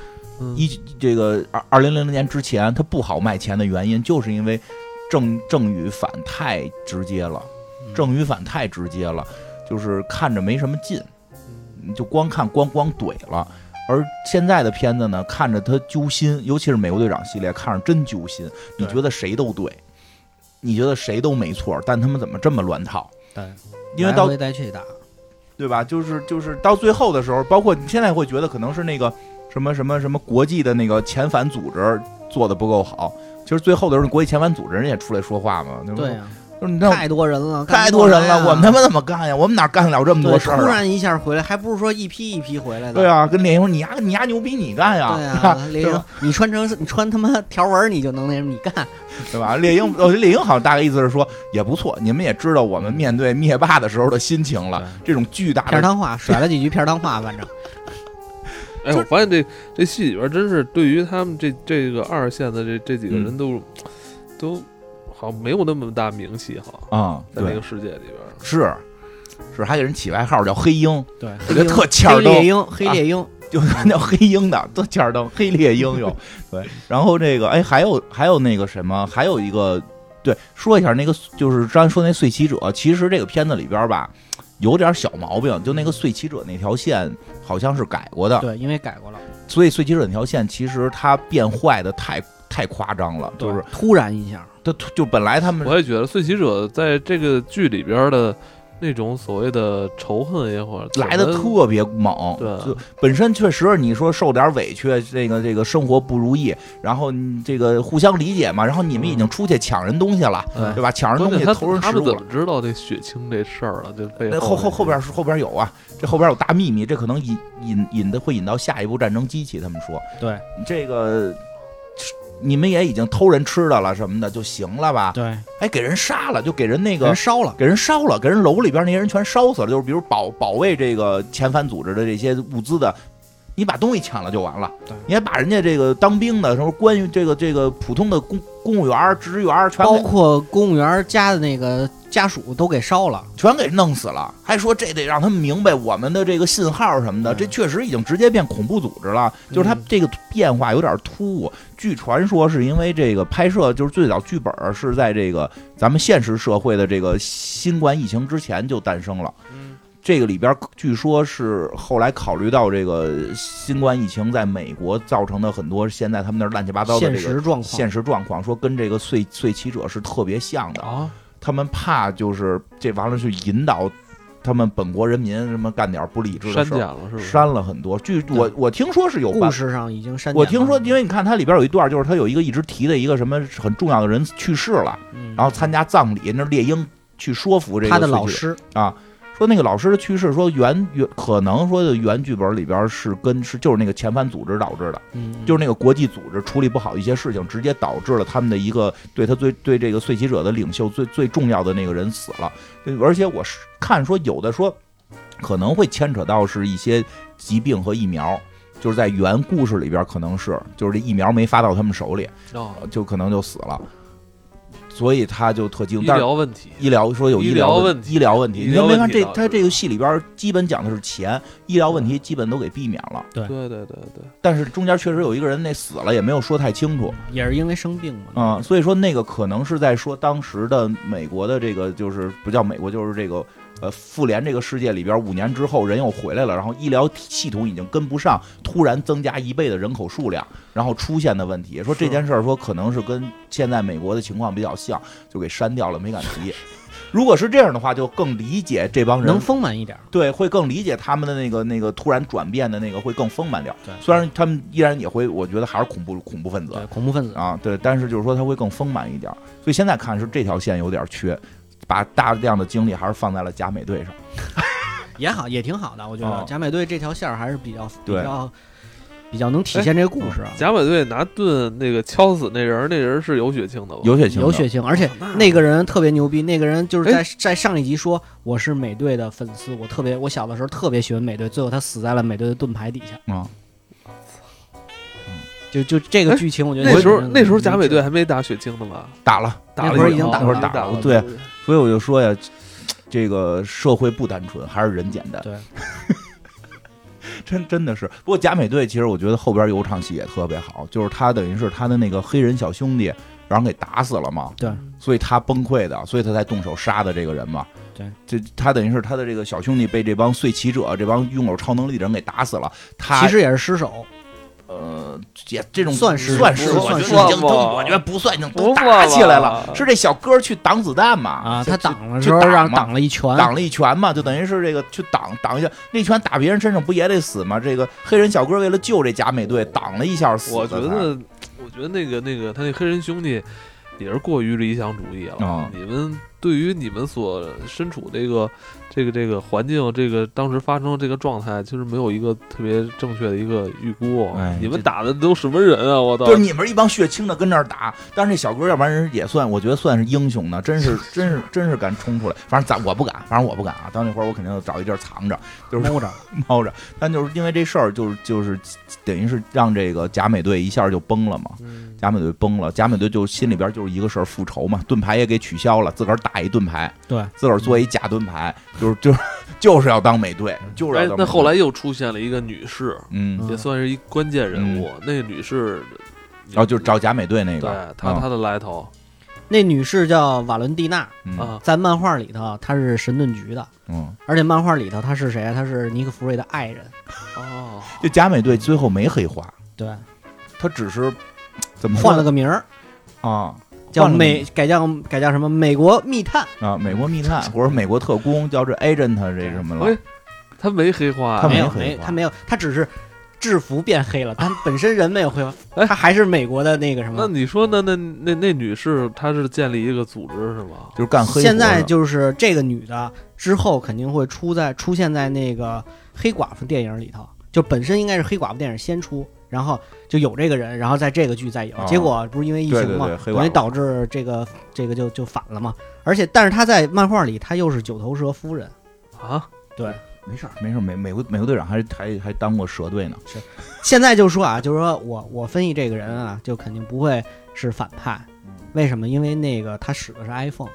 嗯一这个二二零零零年之前它不好卖钱的原因，就是因为正正与反太直接了，嗯正与反太直接了，就是看着没什么劲，你就光看光光怼了。而现在的片子呢，看着它揪心，尤其是美国队长系列，看着真揪心。你对觉得谁都对，你觉得谁都没错，但他们怎么这么乱套？对，因为到来回带去打，对吧？就是就是到最后的时候，包括你现在会觉得可能是那个什么什么什么国际的那个遣返组织做的不够好。其实最后的时候，国际遣返组织人也出来说话嘛，对吧？对啊呀，就是你知道太多人了，嗯太多人了，我们他们妈怎么干呀？我们哪干得了这么多事突儿啊？然一下回来，还不是说一批一批回来的？对啊，跟猎鹰说你丫你丫牛逼，你干呀，对 啊，对猎吧鹰，你穿成你穿他妈条纹，你就能那什么， 你干。对吧？猎鹰，我觉得猎鹰好像大概意思是说也不错，你们也知道我们面对灭霸的时候的心情了，这种巨大片儿的汤话，甩了几句片儿汤话，反正哎，我发现这这戏里边真是对于他们这这个二线的这这几个嗯人都、都好像没有那么大名气哈，啊、在那对个，世界里边。是是，还给人起外号叫黑鹰，对，我觉得特欠儿黑都猎鹰，黑猎鹰，就他叫黑鹰的，都尖儿灯黑猎鹰 有。对，然后这个哎，还有还有那个什么，还有一个对，说一下那个就是刚才说那碎骑者，其实这个片子里边吧有点小毛病，就那个碎骑者那条线好像是改过的，啊对，因为改过了，所以碎骑者那条线其实它变坏的太太夸张了，就是对突然一下，它就本来他们我也觉得《碎骑者》在这个剧里边的那种所谓的仇恨也好，怎么来的特别猛，对就本身确实你说受点委屈，这个这个生活不如意，然后你这个互相理解嘛，然后你们已经出去抢人东西了，嗯对吧？抢人关东键西嗯他投人他食们物怎了么。知道这血清这事儿了？这背那后后后后边是后边有啊，这后边有大秘密，这可能引引引的会引到下一步战争机器。他们说对这个，你们也已经偷人吃的了什么的就行了吧？对，哎，给人杀了就给人那个人烧了，给人烧了，给人楼里边那些人全烧死了。就是比如保保卫这个遣返组织的这些物资的，你把东西抢了就完了对，你还把人家这个当兵的什么关于这个这个普通的公公务员、职员全包给括公务员家的那个家属都给烧了，全给弄死了，还说这得让他们明白我们的这个信号什么的。嗯这确实已经直接变恐怖组织了，就是它嗯这个变化有点突兀。据传说是因为这个拍摄，就是最早剧本是在这个咱们现实社会的这个新冠疫情之前就诞生了。嗯这个里边据说是后来考虑到这个新冠疫情在美国造成的很多现在他们那儿乱七八糟的现这个实状况，现实状况，说跟这个碎碎骑者是特别像的。啊，他们怕就是这完了去引导他们本国人民什么干点不理智的删事减儿，了是不是？删了很多。据我我听说是有办故事上已经删减了。我听说，因为你看它里边有一段，就是他有一个一直提的一个什么很重要的人去世了，嗯，然后参加葬礼，那猎鹰去说服这个他的碎骑老者师，啊，说那个老师的去世，说原原可能说的原剧本里边是跟是就是那个遣返组织导致的，嗯，就是那个国际组织处理不好一些事情，直接导致了他们的一个对他最对这个碎骑者的领袖最最重要的那个人死了，对而且我是看说有的说。可能会牵扯到是一些疾病和疫苗，就是在原故事里边可能是就是这疫苗没发到他们手里，哦，就可能就死了，所以他就特激动。医但是疗问题，医疗说有医疗疗问问题医疗问题，医你疗看没问看题这导他致这个戏里边基本讲的是钱，医疗问题基本都给避免了，对对对对，但是中间确实有一个人那死了，也没有说太清楚。嗯也是因为生病嘛。嗯，所以说那个可能是在说当时的美国的这个就是不叫美国，就是这个呃复联这个世界里边，五年之后人又回来了，然后医疗系统已经跟不上，突然增加一倍的人口数量，然后出现的问题，说这件事儿说可能是跟现在美国的情况比较像，就给删掉了，没敢提。 如果是这样的话，就更理解这帮人能丰满一点儿，对，会更理解他们的那个那个突然转变的那个会更丰满点儿对。虽然他们依然也会，我觉得还是恐怖恐怖分子对，恐怖分子，啊，对，但是就是说它会更丰满一点儿。所以现在看是这条线有点缺，把大量的精力还是放在了假美队上。也好，也挺好的。我觉哦得假美队这条线儿还是比较比对哎嗯较比较能体现这个故事啊，假美队拿盾那个敲死那人儿，那人儿是有血清的吧？有血哎清，有血，腥，而且那个人特别牛逼。那个人就是在在上一集说我是美队的粉丝，我特别我小的时候特别喜欢美队，最后他死在了美队的盾牌底下。嗯，就就这个哎剧情，我觉得那时候挺那时候假美队还没打血清呢吧？打了。打那会了儿一已经个打那会了儿打打了了，对所以我就说呀，这个社会不单纯，还是人简单。对，真真的是。不过假美队其实我觉得后边有场戏也特别好，就是他等于是他的那个黑人小兄弟，然后给打死了嘛。对，所以他崩溃的，所以他才动手杀的这个人嘛。对，这他等于是他的这个小兄弟被这帮碎骑者、这帮拥有超能力的人给打死了。他其实也是失手，呃，也这种算是算是，不我算觉是得已经不都算吧我觉得不算，已经都不打算起来了。吧是这小哥去挡子弹嘛？啊，去他去挡的去时候挡让嘛挡了一拳，挡了一拳嘛，就等于是这个去挡挡一下，那拳打别人身上不也得死吗？这个黑人小哥为了救这假美队，挡了一下死的。我觉得，我觉得那个那个他那黑人兄弟也是过于理想主义了。啊你们对于你们所身处这个这个这个环境，这个当时发生这个状态，就是没有一个特别正确的一个预估。哦哎你们这打的都什么人啊？我操！就是你们一帮血清的跟那儿打，但是那小哥要不然人也算，我觉得算是英雄呢，真是真是真是敢冲出来。反正咱我不敢，反正我不敢啊。到那会儿我肯定找一地儿藏着，就是摸着了，猫着。但就是因为这事儿，就是就是等于是让这个假美队一下就崩了嘛。嗯假美队崩了，假美队就心里边就是一个事儿，复仇嘛，盾牌也给取消了，自个儿打一盾牌， 对，自个儿做一假盾牌，就是就是 就是要当美队，就是要哎当美，队那后来又出现了一个女士，嗯，嗯也算是一关键人物。那女士，然后哦就找假美队那对个，她嗯她的来头那女士叫瓦伦蒂娜，嗯啊，在漫画里头她是神盾局的，嗯，而且漫画里头她是谁啊？她是尼克弗瑞的爱人。哦，这假美队最后没黑化，对，他只是怎么说换了呢个名儿，啊，叫换了个美，改叫改叫什么？美国密探。啊，美国密探或者美国特工，叫这 agent 这什么了哎，她没黑化呀，啊她没有，没黑没，化他没有，他只是制服变黑了，但本身人没有黑化，哎他还是美国的那个什么。那你说那那那那女士她是建立一个组织是吗？就是干黑活的。现在就是这个女的之后肯定会出在出现在那个黑寡妇电影里头，就本身应该是黑寡妇电影先出，然后就有这个人，然后在这个剧再有，啊结果不是因为疫情嘛对对对，黑寡妇所以导致这个这个就就反了嘛。而且，但是他在漫画里他又是九头蛇夫人，啊，对，没事儿没事儿，美美国美国队长还还还当过蛇队呢，现在就说啊，就是说我我分析这个人啊，就肯定不会是反派，为什么？因为那个他使的是 iPhone，？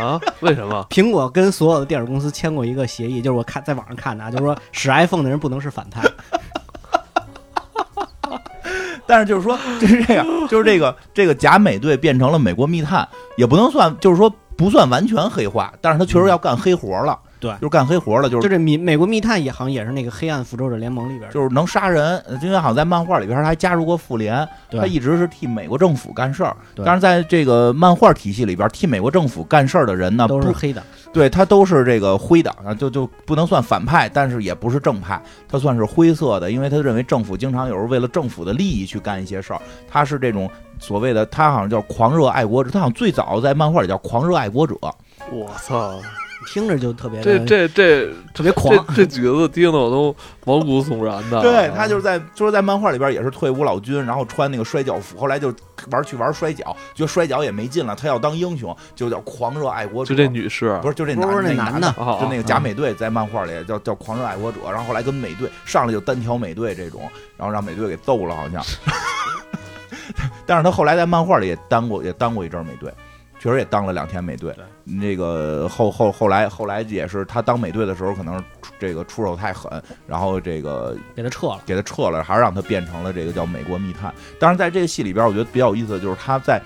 啊？为什么苹果跟所有的电影公司签过一个协议，就是我看在网上看的啊，就是说使 iPhone 的人不能是反派。但 是就是说，就是这样，就是这个这个假美队变成了美国密探，也不能算，就是说不算完全黑化，但是他确实要干黑活了，对就是干黑活了，就就是这美美国密探也好像也是那个黑暗复仇者联盟里边的，就是能杀人，呃因为好像在漫画里边他还加入过复联，对他一直是替美国政府干事儿，对但是在这个漫画体系里边，替美国政府干事儿的人呢，都是啊不黑的。对他都是这个灰的啊，就就不能算反派，但是也不是正派，他算是灰色的，因为他认为政府经常有时候为了政府的利益去干一些事儿，他是这种所谓的，他好像叫狂热爱国者，他好像最早在漫画里叫狂热爱国者，我操！听着就特别这这这 特别狂。这几个字听得我都毛骨悚然的。啊对他就是在就是在漫画里边也是退伍老军，然后穿那个摔跤服，后来就玩去玩摔跤，觉得摔跤也没劲了，他要当英雄，就叫狂热爱国者。就这女士，不是就这不是男那男男的哦就那个假美队在漫画里叫叫狂热爱国者，然后后来跟美队上来就单挑美队这种，然后让美队给揍了好 像。但是他后来在漫画里也当过也当过一阵儿美队，确实也当了两天美队对。那个后后后来后来也是他当美队的时候，可能是出这个出手太狠，然后这个给他撤了。给他撤了，还是让他变成了这个叫美国密探。当然，在这个戏里边，我觉得比较有意思的就是他在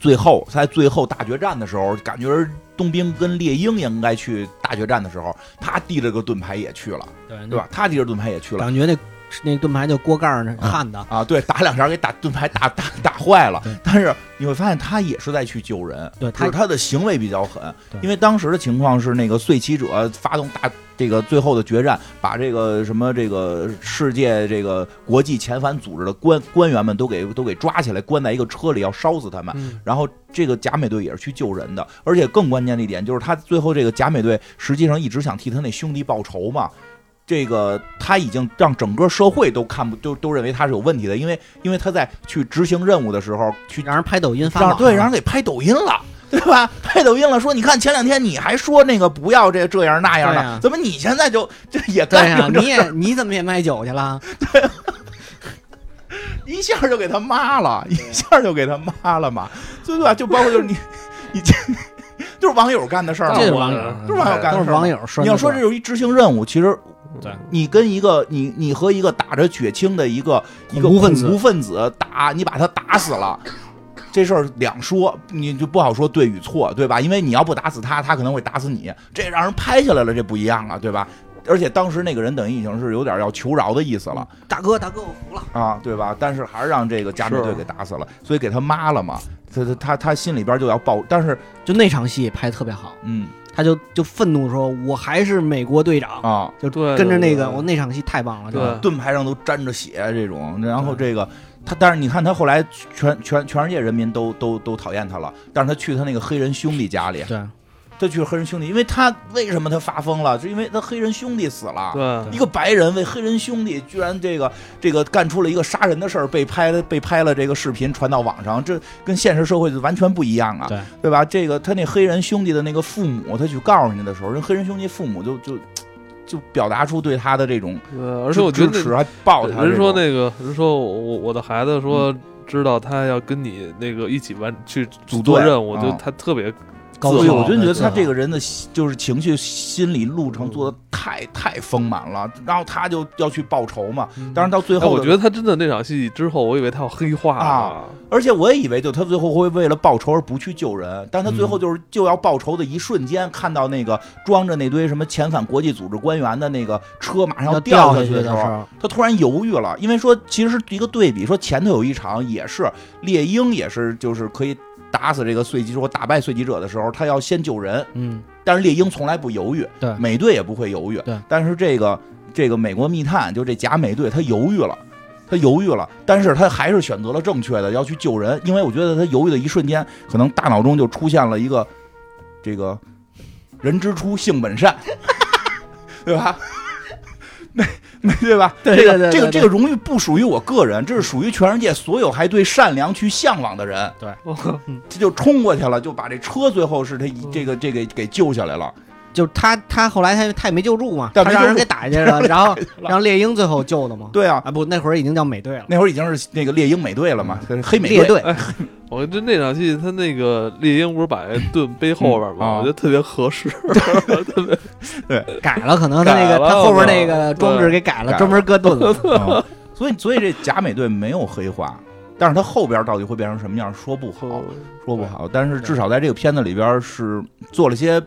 最后，在最后大决战的时候，感觉冬兵跟猎鹰应该去大决战的时候，他提着个盾牌也去了，对对吧？？他提着盾牌也去那了。感觉那那盾牌就锅盖儿那焊的，啊，对，打两下给打盾牌打打打坏了对，但是你会发现他也是在去救人，对就他是他的行为比较狠，对因为当时的情况是那个碎骑者发动大这个最后的决战，把这个什么这个世界这个国际遣返组织的官官员们都给都给抓起来，关在一个车里要烧死他们。嗯然后这个假美队也是去救人的，而且更关键的一点就是他最后这个假美队实际上一直想替他那兄弟报仇嘛。这个他已经让整个社会都看不都都认为他是有问题的，因为因为他在去执行任务的时候去让人拍抖音发让网对，上让人给拍抖 音了。对吧？拍抖音了，说你看前两天你还说那个不要这这样那样的，对呀啊怎么你现在就这也对啊干呀，上这 你也你怎么也卖酒去了？一下就给他妈了，一下就给他妈了嘛，对吧？就包括就是你，你这 就是网友干的事儿嘛这这是是。网网友友，都啊是网友干的都事儿是网友说。你要说这，就是一执行任务，其实对你跟一个你你和一个打着血清的一个一个恐怖分子恐怖分子打，你把他打死了。这事儿两说，你就不好说对与错，对吧？因为你要不打死他，他可能会打死你，这让人拍下来了，这不一样了，对吧？而且当时那个人等于已经是有点要求饶的意思了嗯大哥大哥，我服了。啊，对吧？但是还是让这个加美队是给打死了，所以给他妈了嘛，他他他他心里边就要爆，但是就那场戏拍得特别好，嗯他就就愤怒说：“我还是美国队长。啊，”就对跟着对那对个，我那场戏太棒了，就对盾牌上都沾着血啊这嗯种，然后这个他，但是你看他后来全全全世界人民都都都讨厌他了，但是他去他那个黑人兄弟家里，对他去黑人兄弟，因为他为什么他发疯了，是因为他黑人兄弟死了，对一个白人为黑人兄弟居然这个这个干出了一个杀人的事儿，被拍了被拍了这个视频传到网上，这跟现实社会就完全不一样啊，对对吧？这个他那黑人兄弟的那个父母，他去告诉人家的时候，人黑人兄弟父母就就就表达出对他的这种。呃，而且我觉支得持还抱他这种，嗯人说那个人说我我我的孩子说知道他要跟你那个一起完去组做队任务，啊就他特别高自对，潮我真觉得对他这个人的心就是情绪、心理路程做的太太丰满了，然后他就要去报仇嘛。嗯当然到最哎，后的，我觉得他真的那场戏之后，我以为他要黑化啊了，而且我也以为就他最后会为了报仇而不去救人，但他最嗯后就是就要报仇的一瞬间，看到那个装着那堆什么遣返国际组织官员的那个车马上要掉下去的的时时候，，他突然犹豫了，因为说其实是一个对比，说前头有一场也是猎鹰也是就是可以打死这个碎击者，打败碎击者的时候，他要先救人，嗯，但是猎鹰从来不犹豫，对美队也不会犹豫，对但是这个这个美国密探就这假美队他犹豫了，他犹豫了，但是他还是选择了正确的，要去救人，因为我觉得他犹豫的一瞬间，可能大脑中就出现了一个这个人之初性本善， 对吧？那那对吧？对这对对个这个对这个荣誉不属于我个人，这是属于全世界所有还对善良去向往的人。他就冲过去了，就把这车最后是他嗯一这个这个给救下来了。就他他后来他他也没救助嘛，他但没让救人助给打下去了，然 后了让猎鹰最后救的嘛。对啊，啊，不，那会儿已经叫美队了，那会儿已经是那个猎鹰美队了嘛，黑美猎队。队 我觉得那场戏他那个猎鹰不是把那盾背后边嗯啊嘛，我觉得特别合 适，改了，可能他那改个了他后边那个装置给改改了，了专门搁盾 了。嗯所以所以这假美队没有黑化，但是他后边到底会变成什么样，说不好，说不好。但是至少在这个片子里边是做了些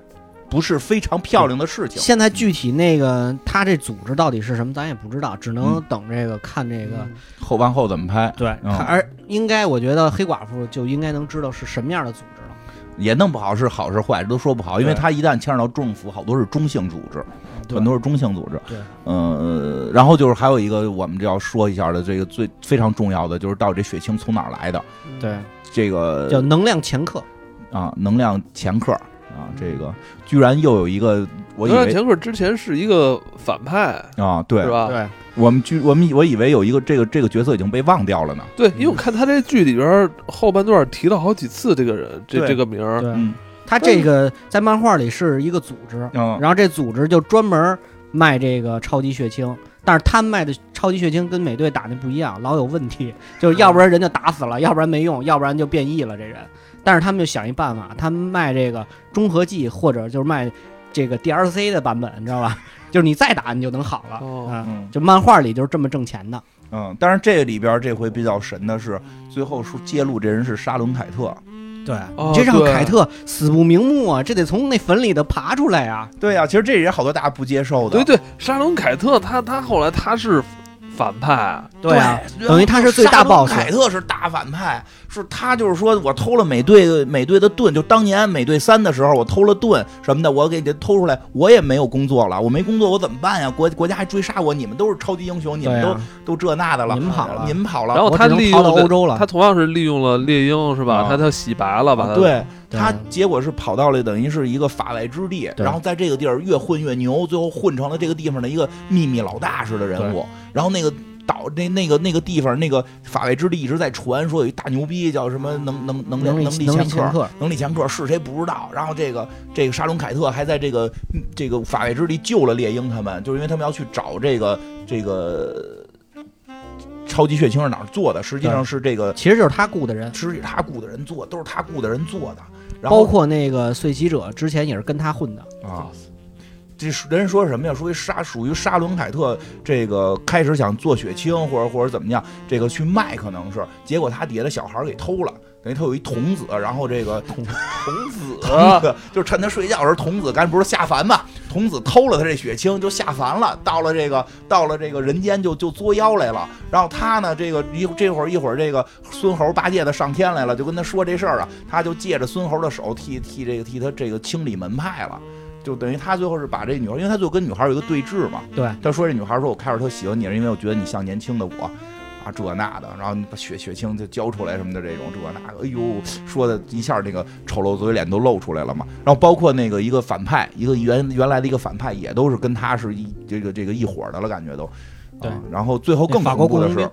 不是非常漂亮的事情。现在具体那个他这组织到底是什么，咱也不知道，只嗯能等这个看这个。后往后怎么拍对，嗯看而应该我觉得黑寡妇就应该能知道是什么样的组织了。也弄不好是好是坏，这都说不好，因为对他一旦牵扯到政府，好多是中性组织，对很多是中性组织。对，呃，然后就是还有一个我们就要说一下的，这个最非常重要的就是到底这血清从哪儿来的，对，这个叫能量前客，啊能量前客啊，这个居然又有一个，我以德川为田克之前是一个反派，啊，对是，吧？对，我们居我们我以为有一个这个这个角色已经被忘掉了呢。对，因为我看他这剧里边后半段提到好几次这个人，这对这个名儿，对嗯他这个在漫画里是一个组织，嗯，然后这组织就专门卖这个超级血清，但是他卖的超级血清跟美队打那不一样，老有问题，就是要不然人就打死了，要不然没用，要不然就变异了这人。但是他们就想一办法，他们卖这个中和剂或者就是卖这个 DLC 的版本，你知道吧？ 就是你再打你就能好了啊、哦嗯就漫画里就是这么挣钱的，嗯，当然这个里边这回比较神的是，最后说揭露这人是沙伦凯特。对，哦你这让对凯特死不瞑目啊！这得从那坟里头爬出来啊！对呀、其实这人好多大家不接受的。对对，沙龙凯特他他后来他是反派，对啊，等于他是最大沙龙 boss 凯特是大反派，是他就是说我偷了美队美队的盾，就当年美队三的时候我偷了盾什么的，我给这偷出来，我也没有工作了，我没工作我怎么办呀？国国家还追杀我，你们都是超级英雄，你们对都、啊都这那的了，你们跑了你们跑了，然后我他只能利逃用到的欧洲了他同样是利用了猎鹰是吧啊？他他洗白了，把他对对他结果是跑到了等于是一个法外之地，对然后在这个地儿越混越牛，最后混成了这个地方的一个秘密老大似的人物。然后那个岛那那个那个地方那个法外之地一直在传说有一大牛逼叫什么能能能哦能力能力能力前前客。客，能力前客是谁不知道，然后这个这个沙龙凯特还在这个这个法外之地救了猎鹰他们，就是因为他们要去找这个这个超级血清是哪儿做的，实际上是这个其实就是他雇的人。实际是他雇的人做，都是他雇的人做的。然后包括那个碎骑者之前也是跟他混的，啊，这是人说什么呀？属于沙，属于沙伦凯特这个开始想做血清，或者或者怎么样，这个去卖可能是，结果他底下的小孩儿给偷了。等于他有一童子，然后这个童童子 啊童子就趁他睡觉的时候，童子刚才不是下凡嘛？童子偷了他这血清，就下凡了，到了这个到了这个人间就就作妖来了。然后他呢，这个一这会儿一会儿这个孙猴八戒的上天来了，就跟他说这事儿啊，他就借着孙猴的手替替这个替他这个清理门派了。就等于他最后是把这女孩，因为他最后跟女孩有一个对峙嘛。嗯对，他说这女孩说我开始特喜欢你，是因为我觉得你像年轻的我，啊这那的，然后你把血血清就交出来什么的这种这那的，哎呦，说的一下那个丑陋嘴脸都露出来了嘛。然后包括那个一个反派，一个原原来的一个反派也都是跟他是一这个这个一伙的了，感觉都。对啊然后最后更法国恐怖的雇佣是，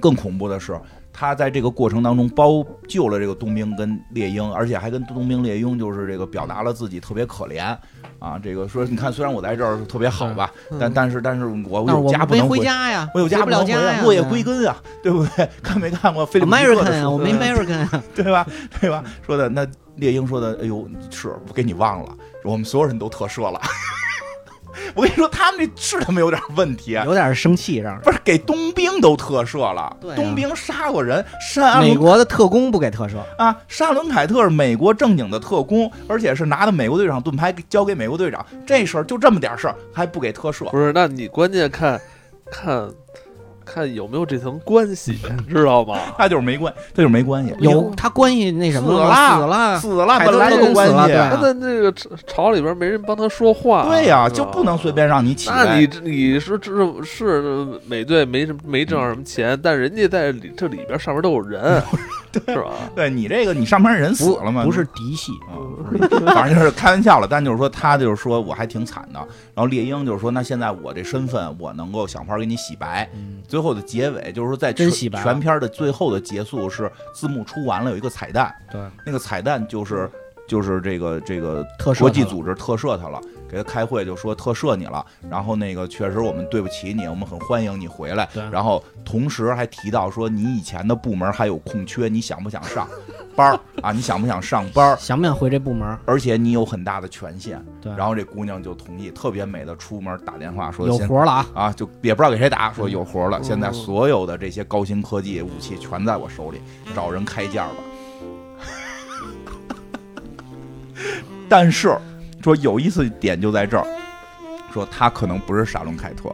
更恐怖的是，他在这个过程当中包救了这个冬兵跟猎鹰，而且还跟冬兵猎鹰就是这个表达了自己特别可怜啊，这个说你看虽然我在这儿特别好吧，嗯但但是但是我但是有我家们不没能回，家呀，我有家回不不能了回家呀，落叶归根啊，对不对？看没看过菲利普迪克 American 的呀，书我没对 American 呀， 对吧？对吧？说的那猎鹰说的，哎呦，是我给你忘了，我们所有人都特赦了。 我跟你说，他们这是他们有点问题，啊有点生气让人。不是给冬兵都特赦了，对啊冬兵杀过人，山阿美伦国的特工不给特赦，啊，沙伦凯特是美国正经的特工，而且是拿的美国队长盾牌交给美国队长，这事儿就这么点事儿还不给特赦，不是，那你关键看看看有没有这层关系，知道吗？他就是没关，他就是没关系，有他关系那什么死了了吗，死了，死了嗯海德本来特就工关啊死了系，对他在那个朝朝里边没人帮他说话，对呀、是吧就不能随。便让你起那来你。这你是这是是美队没什么没挣上什么钱，但人家在里这里边上面都有人，是 吧？对你这个，你上班人死不了吗？不是嫡系，啊，反正就是开玩笑了。但就是说，他就是说我还挺惨的。然后猎鹰就是说，那现在我这身份，我能够想法给你洗白。嗯最后的结尾就是说，在真全洗白了全片的最后的结束是字幕出完了有一个彩蛋，对，那个彩蛋就是就是这个这个特赦国际他了组织特赦他了，给他开会就说特赦你了，然后那个确实我们对不起你，我们很欢迎你回来对，然后同时还提到说你以前的部门还有空缺，你想不想上 班儿啊？你想不想上班儿？想不想回这部门？而且你有很大的权限。对然后这姑娘就同意，特别美的出门打电话说有先活了啊，啊，就也不知道给谁打，说有活了，嗯现在所有的这些高新科技武器全在我手里，找人开价吧。 但是说有意思点就在这儿，说他可能不是沙龙凯特，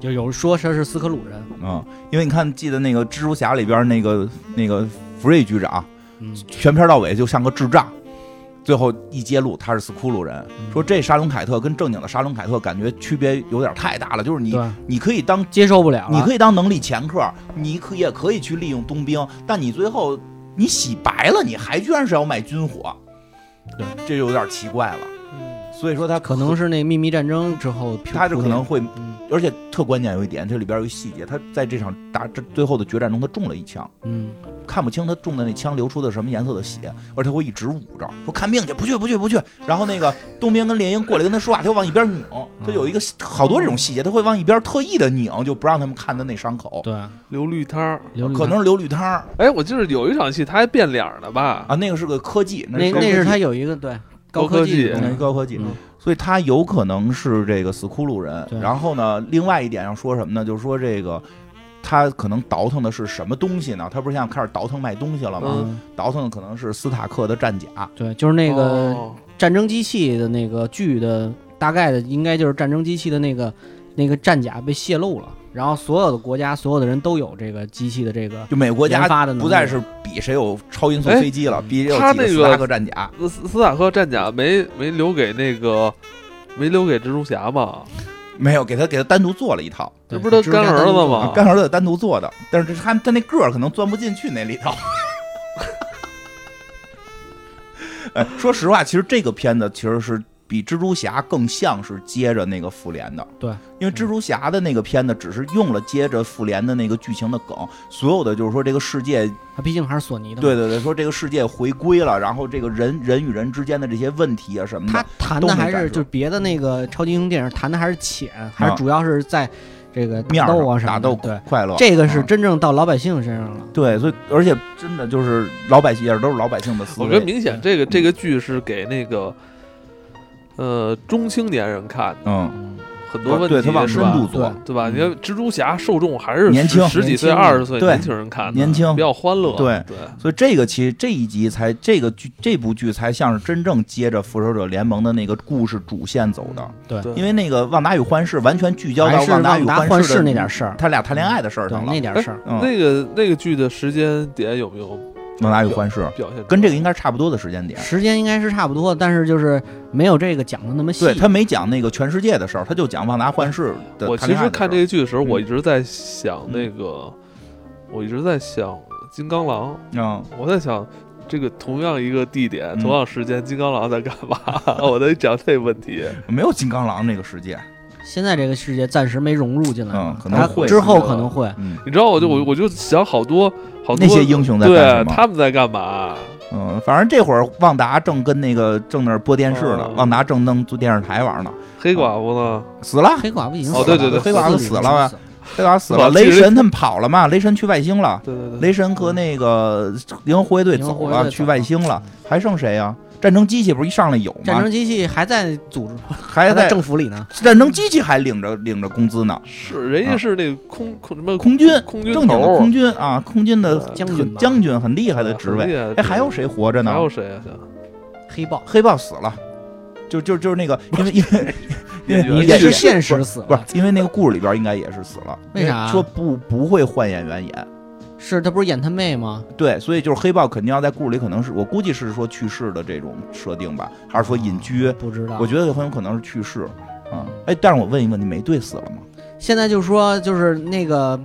就有说他是斯克鲁人，嗯，因为你看，记得那个蜘蛛侠里边那个那个福瑞局长，嗯全片到尾就像个智障。最后一揭露他是斯库鲁人，说这沙龙凯特跟正经的沙龙凯特感觉区别有点太大了，就是你对，你可以当接受不了啊了，你可以当能力前客，你可也可以去利用冬兵，但你最后你洗白了，你还居然是要卖军火，对，这就有点奇怪了。嗯所以说他可能是那秘密战争之后，他这可能会，嗯而且特关键有一点，这里边有一细节，他在这场打这最后的决战中，他中了一枪，嗯看不清他中的那枪流出的什么颜色的血，而且会一直捂着，说看病去，不去不去不去。然后那个冬兵跟猎鹰过来跟他说话，他就往一边拧，他有一个好多这种细节，他会往一边嗯特意的拧，就不让他们看他那伤口，对，啊留绿摊儿。琉璃可能是流绿汤儿哎，我记得有一场戏他还变脸儿了吧？啊，那个是个科技，那高科那技是他有一个对高科科技的东那西是高科技嗯，所以他有可能是这个死骷髅人。对然后呢，另外一点要说什么呢？就是说这个他可能倒腾的是什么东西呢？他不是现在开始倒腾卖东西了吗？嗯，倒腾的可能是斯塔克的战甲，对，就是那个哦战争机器的那个剧的大概的，应该就是战争机器的那个那个战甲被泄露了，然后所有的国家所有的人都有这个机器的这个就每个国研家发的能力不再是比谁有超音速飞机了，哎比谁有他几个那斯个塔克战甲。斯斯塔克战甲没没留给那个，没留给蜘蛛侠嘛？没有，给他给他单独做了一套，这不是他干儿子啊吗？干儿子单独做的，但是这他他那个儿可能钻不进去那里头。 哎，说实话，其实这个片子其实是比蜘蛛侠更像是接着那个复联的，对，因为蜘蛛侠的那个片子只是用了接着复联的那个剧情的梗，所有的就是说这个世界，它毕竟还是索尼的嘛。对对对，说这个世界回归了，然后这个人人与人之间的这些问题啊什么的他，谈都的没还展是示就是别的那个超级英雄电影谈的还是浅，还是啊主要是在这个面打儿斗啊上什么的。打斗对，快乐，这个是啊真正到老百姓身上了。对，所以而且真的就是老百姓也是都是老百姓的思我维，觉得明显这个这个剧是给那个，呃，中青年人看的，嗯。嗯，很多问对题他往是深吧度做对，对吧？嗯你看蜘蛛侠受众还是年十轻十几岁、年轻二十岁对年轻人看的，年轻比较欢乐，对对，所以这个其实这一集才这个剧这部剧才像是真正接着复仇者联盟的那个故事主线走的，对对因为那个旺达与幻视完全聚焦还到是旺达与达幻幻视的那点事儿，他俩谈恋爱的事儿对上了那。点事儿。嗯，哎那个那个剧的时间点有没有旺达与幻视表现出来？跟这个应该是差不多的时间点。时间应该是差不多，但是就是没有这个讲的那么细。对他没讲那个全世界的事儿，他就讲旺达幻视的我谈其恋爱实的看这事儿个剧的时候，嗯我一直在想那个，我一直在想金刚狼，嗯，我在想。这个同样一个地点，嗯同样时间，金刚狼在干 嘛？我在讲这问题。没有金刚狼那个世界，现在这个世界暂时没融入进来嘛，嗯可能它会之后可能会。嗯，你知道，我就我嗯我就想好多好那多些英雄在干什对么？他们在干嘛？嗯，反正这会儿旺达正跟那个正那儿播电视呢哦，旺达正弄做电视台玩呢，黑寡妇呢？死了，黑寡妇已经死哦了，对对对黑寡妇死了吧死了黑寡死了，死了雷神他们跑了嘛？雷神去外星了，对对对，雷神和那个银河护卫队银河护走卫队了，走去外星了了，嗯还剩谁啊？战争机器不是一上来有战吗？争机器还在组织，还还在在政府里呢。战争机器还领着领着工资呢，是人家是那空空什么啊空军空军正经的头空军啊，空军的对将军很吧将军很厉害的职位。位哎，还有谁活着呢还？有谁啊？想 黑豹黑豹死了，就就就是那个，因为因为因为也也是是现实死不是了，因为那个故事里边应该也是死了，为啥啊说不不会换演员演。是他不是演他妹吗？对，所以就是黑豹肯定要在故事里，可能是我估计是说去世的这种设定吧，还是说隐居？不知道。我觉得很有可能是去世啊。哎，但是我问一问，你美队死了吗？现在就说就是那个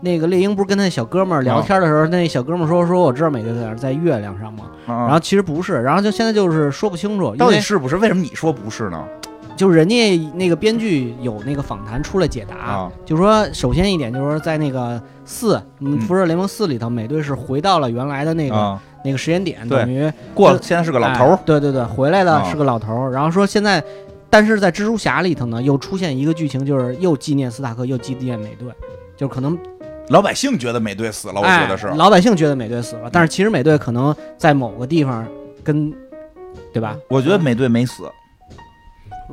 那个猎鹰不是跟那小哥们儿聊天的时候，那小哥们儿说说我知道美队在哪儿在月亮上吗？啊然后其实不是，然后就现在就是说不清楚，因到底为是不是？为什么你说不是呢？就是人家那个编剧有那个访谈出来解答，啊，就说首先一点就是说在那个四，嗯嗯，复仇者联盟四里头，美队是回到了原来的那个、啊，那个时间点，对等于过了，现在是个老头哎儿，对对对，回来了啊是个老头儿。然后说现在，但是在蜘蛛侠里头呢，又出现一个剧情，就是又纪念斯塔克，又纪念美队，就可能老百姓觉得美队死了，我觉得是哎、。老百姓觉得美队死了，但是其实美队可能在某个地方跟，对吧？我觉得美队没死，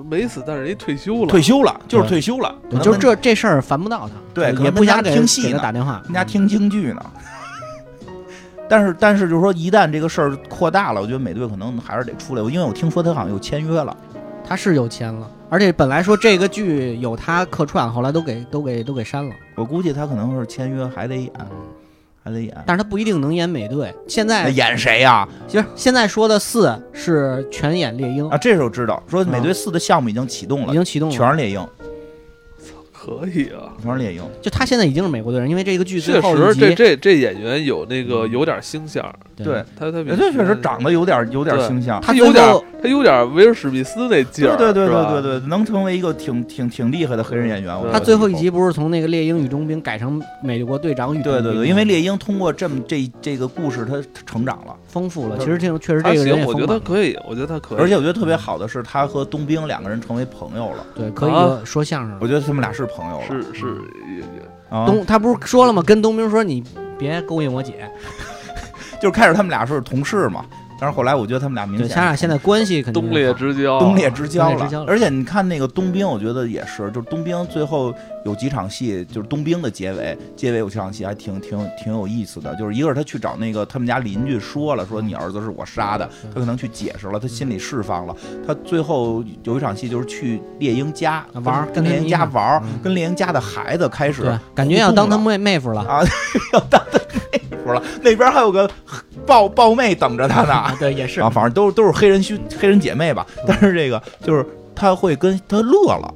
没死，但是人家退休了。退休了，就是嗯对退休了。可能就跟这这事儿烦不到他，呃对可也能不跟想他给听戏给他呢打电话，嗯人家听京剧呢。 但是，但是就是说，一旦这个事儿扩大了，我觉得美队可能还是得出来。因为我听说他好像又签约了，他是有钱了，而且本来说这个剧有他客串，后来都给都给都给删了。我估计他可能是签约还得演，还得演。但是他不一定能演美队。现那在演谁呀、其实现在说的四是全演猎鹰嗯啊？，这时候知道，说美队四的项目已经启动已了，经启动啊全了。是猎鹰。可以啊。全是猎鹰。就他现在已经是美国队人，因为这个剧最确后一实，这集，这这演员有那个有点星相，对，他他比也这嗯哎确实长得有点有点对形象。他他最有点后他有点威尔史密斯那劲对儿，对对是吧对对对，能成为一个挺挺挺厉害的黑人演员。我觉得他最后一以，集不是从那个猎鹰与冬兵改成美国队长与冬对兵对吗对，因为猎鹰通过这么这这个故事，他他成长了。丰富了，对其实这个确实他这个人行，也我觉丰得满，可以，我觉得他可以，而且我觉得特别好的是，他和冬兵两个人成为朋友了。对，可以啊说说相声我了。觉得他们俩是朋友了。是是也也啊，冬他不是说了吗？跟冬兵说你别勾引我姐，就是开始他们俩是同事嘛，但是后来我觉得他们俩明对，显咱俩现在关系肯定东列之交，东列之交东了哦列之交。了嗯而且你看那个冬兵，我觉得也是，就是冬兵最后有几场戏，就是冬兵的结尾，结尾有几场戏还挺挺挺有意思的。就是一个是他去找那个他们家邻居说了，说你儿子是我杀的，嗯他可能去解释了，他心里释放了。他最后有一场戏就是去猎鹰家啊玩儿跟跟猎猎鹰鹰家嘛玩儿嗯，跟猎鹰家的孩子开始对，感觉要当他妹妹夫了啊 说了，那边还有个 抱抱妹等着他呢。啊，对，也是 啊，反正都是都是黑人兄黑人姐妹吧。但是这个就是他会跟他乐了，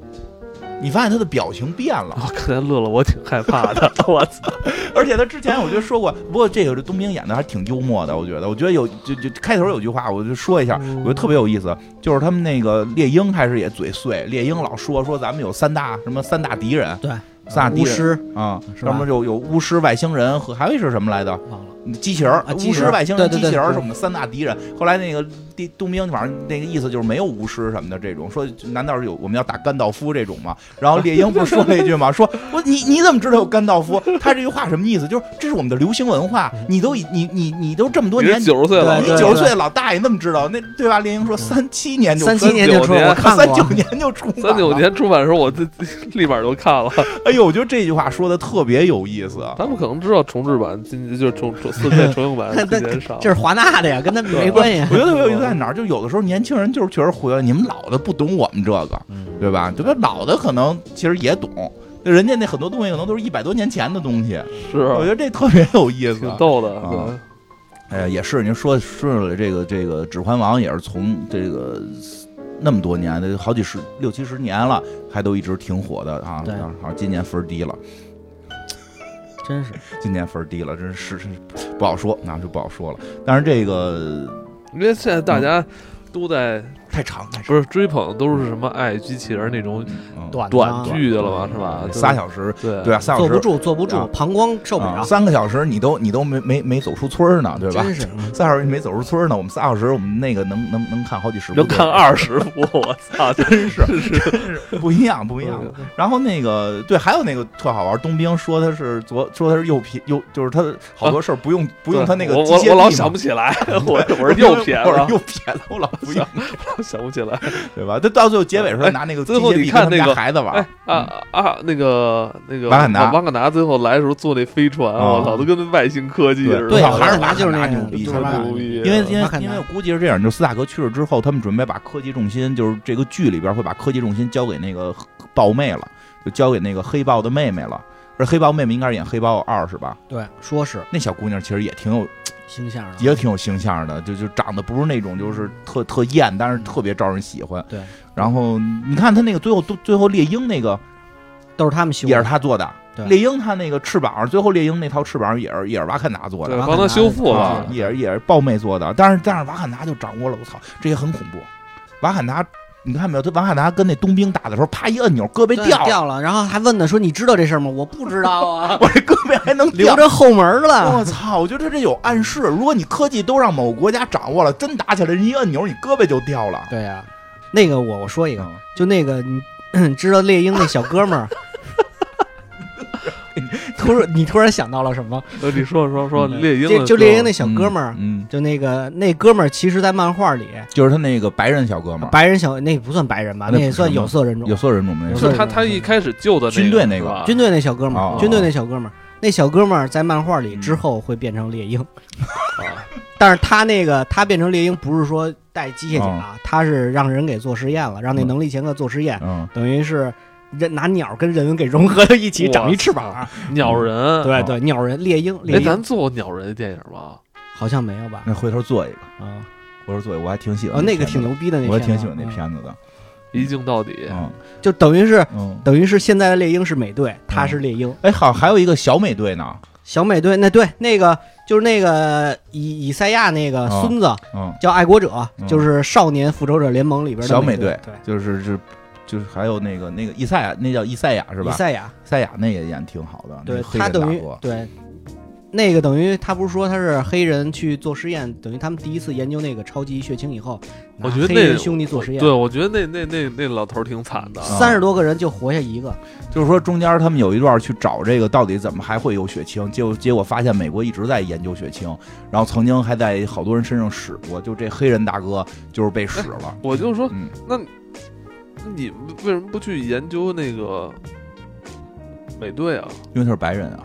你发现他的表情变了， 我刚才乐了，我挺害怕的， 我操！而且他之前我觉得说过，不过这个这冬兵演的还挺幽默的，我觉得，我觉得有就就开头有句话我就说一下，我觉得特别有意思，就是他们那个猎鹰开始也嘴碎，猎鹰老说说咱们有三大什么三大敌人，对，三大敌巫人师啊，是吧什么有有巫师、外星人和还有一是什么来着？忘了，机器人儿啊，机巫器师、人儿外星对人、对机对器人儿是对我们三大敌人。后来那个地冬兵，反正那个意思就是没有巫师什么的这种，说难道是有我们要打甘道夫这种吗？然后猎鹰不是说了一句吗？说我你你怎么知道有甘道夫？他这句话什么意思？就是这是我们的流行文化，你都已你你你都这么多你年是。九十岁了，你嗯哎对嗯九十岁的老大爷那么知道那对吧？猎鹰说三七年就三七年九就出来，年我看三 九过，啊年就出版了三九。年出版的时候，我这 立马就看了。哎呦，我觉得这句话说的特别有意思。啊他们可能知道重制版今就是重重四 K 重映 版今年上，这是华纳的呀，跟他们没对关系啊。我觉得特别有意思在哪儿？就有的时候年轻人就是确实忽悠，你们老的不懂我们这个，嗯对吧？对吧？老的可能其实也懂，那人家那很多东西可能都是一百多年前的东西，我觉是得啊这特别有意思挺。逗的，啊对哎呀，也是，您说顺了这个这个《指环王》也是从这个那么多年，得好几十六七十年了，还都一直挺火的啊。对好，今年分儿低了，真是今年分儿低了，真是是 不好说，啊那就不好说了。但是这个因为现在大家都在太长太长，不是追捧，都是什么爱机器人那种嗯短的啊短剧的了吧，是吧？都仨小时，对对啊，仨小坐不时。住，坐不住啊，膀胱受不啊了，三个小时你都你都没没没走出村儿呢，对吧？ 真是仨小时没走出村儿呢，我们仨小时我们那个能能能看好几十部，能看，二十部，我操，真是是 不一样不一样。嗯然后那个对，还有那个特好玩，冬兵说他是昨说他是右撇右，就是他好多事儿不用、不用他那个啊我机我械我老臂嘛想不起 来，我我是右撇我是子，右撇子，我老 不用，想不起来。对吧？他到最后结尾时候拿那个机哎最后械你臂跟他看们那家个孩子玩哎儿，嗯啊啊，那个那个瓦坎达瓦坎达最后来的时候坐那飞船，啊我操，都跟外星科技对似的，对，我还瓦是坎达就是那瓦个坎达牛逼啊就是瓦坎达牛逼因为因瓦为坎达因为我估计是这样，就斯塔克去了之后，他们准备把科技重心，就是这个剧里边会把科技重心交给那个豹妹了，就交给那个黑豹的妹妹了。而黑豹妹妹应该是演黑豹二是吧？对，说是那小姑娘其实也挺啊有，星象的，也挺有形象的，就就长得不是那种就是特特艳，但是特别招人喜欢。对，然后你看他那个最后都最后猎鹰那个都是他们修也是的，他做的对，猎鹰他那个翅膀最后猎鹰那套翅膀也是也是瓦坎达做的对，瓦帮坎达他修复啊了，也是也是豹妹做的，但是但是瓦坎达就掌握了，我操，这也很恐怖。瓦坎达，你看没有？他瓦坎达跟那冬兵打的时候，啪一摁钮，胳膊对掉了，掉了，然后还问他说你知道这事儿吗？我不知道 啊，我这胳膊还能留掉。着后门了。我操！我觉得这有暗示，如果你科技都让某国家掌握了，真打起来，人一摁钮，你胳膊就掉了。对呀、那个我我说一个，嗯就那个你嗯知道猎鹰那小哥 们儿，突然你突然想到了什么？呃你说说说嗯猎鹰的时就候，就猎鹰那小哥们儿，嗯，就那个那哥们儿，其实，在漫画里，就是他那个白人小哥们儿，白人小那不算白人吧，那也不算是有吗色人种有，色人种那有个色就人他他一开始救的军队那个个是吧，军队那小哥们哦哦儿，军队那小哥们儿，那小哥们儿在漫画里嗯之后会变成猎鹰，啊但是他那个他变成猎鹰不是说带机械甲，他是让人给做实验了，让那哦嗯能力前客做实验，嗯，等于是人拿鸟跟人给融合到一起，哇长一翅膀塞。鸟人。嗯对对，鸟人猎鹰，猎哎，鹰咱做过鸟人的电影吗？嗯好像没有吧？那回头做一个，啊，回头做一个，我还挺喜欢哦，那个片子挺牛逼的那片子，的，嗯我还挺喜欢那嗯。片子的。一镜到底。嗯就等于是嗯，等于是现在的猎鹰是美队，他是猎鹰。哎，好，还有一个小美队呢，小美队那对那个就是那个以以赛亚那个哦孙子嗯，叫爱国者嗯，就是少年复仇者联盟里边的小美美队对，就是是就是还有那个那个伊赛亚，那叫伊赛亚是以吧？赛亚，赛亚那也演挺好的，那对黑他人大等于哥，对。那个等于他不是说他是黑人去做实验，等于他们第一次研究那个超级血清以后，我拿觉得黑那人兄弟做实验对，，我觉得那那那那老头儿挺惨的啊。三十多个人就活下一个，就是说中间他们有一段去找这个到底怎么还会有血清，结果结果发现美国一直在研究血清，然后曾经还在好多人身上使过，就这黑人大哥就是被使了，我就说，嗯，那那你们为什么不去研究那个美队啊？因为他是白人啊。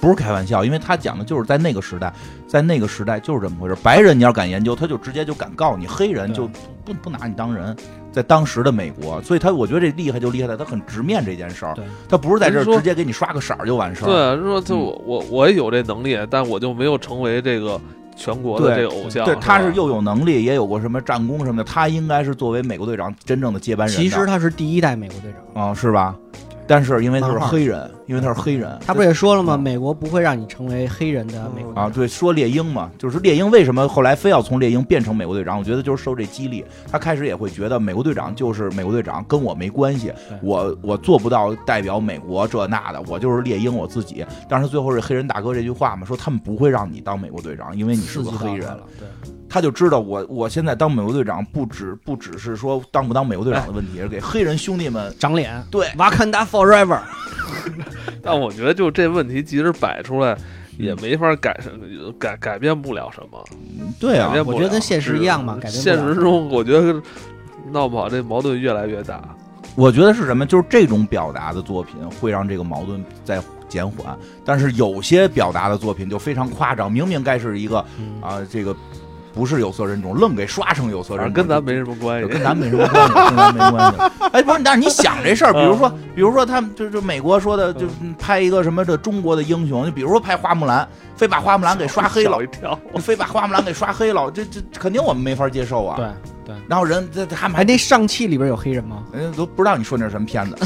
不是开玩笑，因为他讲的就是在那个时代，在那个时代就是这么回事。白人你要敢研究，他就直接就敢告你；黑人就不不拿你当人。在当时的美国，所以他我觉得这厉害就厉害在他很直面这件事儿，对他不是在这儿您说直接给你刷个色儿就完事儿。对，说就嗯我我我也有这能力，但我就没有成为这个全国的这对个偶像。对，他是啊吧又有能力，也有过什么战功什么的，他应该是作为美国队长真正的接班人的。其实他是第一代美国队长，啊、是吧？但是因为他是漫画黑人，因为他是黑人，他不是也说了吗？嗯美国不会让你成为黑人的美国队长啊，对，说猎鹰嘛，就是猎鹰为什么后来非要从猎鹰变成美国队长？我觉得就是受这激励，他开始也会觉得美国队长就是美国队长，跟我没关系对，我我做不到代表美国这那的，我就是猎鹰我自己。但是最后是黑人大哥这句话嘛，说他们不会让你当美国队长，因为你刺是个激到黑人他。了，对。他就知道我我现在当美国队长不只不只是说当不当美国队长的问题，而给黑人兄弟们长脸，对瓦坎达 forever，但我觉得就这问题，即使摆出来，也没法改善改改变不了什么。对改变不啊我了觉得跟现实一样嘛，是改变不现了实中，我觉得闹不好这矛盾越来越大。我觉得是什么？就是这种表达的作品会让这个矛盾在减缓，但是有些表达的作品就非常夸张，明明该是一个嗯啊、这个不是有色人种，愣给刷成有色反人种，正跟咱没什么关就系跟。咱没什么关系，跟咱没关 系。哎，不是，但是你想这事嗯儿，比如说，比如说他们就就美国说的，就拍一个什么这中国的英雄，就比如说拍花木兰，非把花木兰给刷黑了 吓我，一跳。非把花木兰给刷黑了，这这肯定我们没法接受啊。对对。然后人这他们哎，还那上汽里边有黑人吗？人家都不知道你说那是什么片子，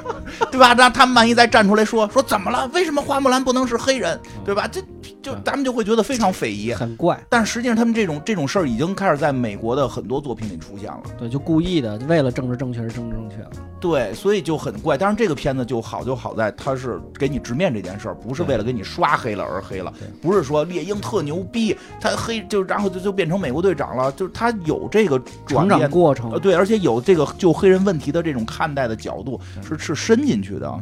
对吧？那他们万一再站出来说说怎么了？为什么花木兰不能是黑人？对吧？这就嗯咱们就会觉得非常匪夷。很怪，但实际上，他们这种这种事儿已经开始在美国的很多作品里出现了。对，就故意的，为了政治正确而政治正确了。对，所以就很怪。但是这个片子就好就好在它是给你直面这件事儿，不是对为了给你刷黑了而黑了对，不是说猎鹰特牛逼，他黑就然后就就变成美国队长了，就是他有这个转成变长。过程呃呃，，对，而且有这个就黑人问题的这种看待的角度对是是伸进去的，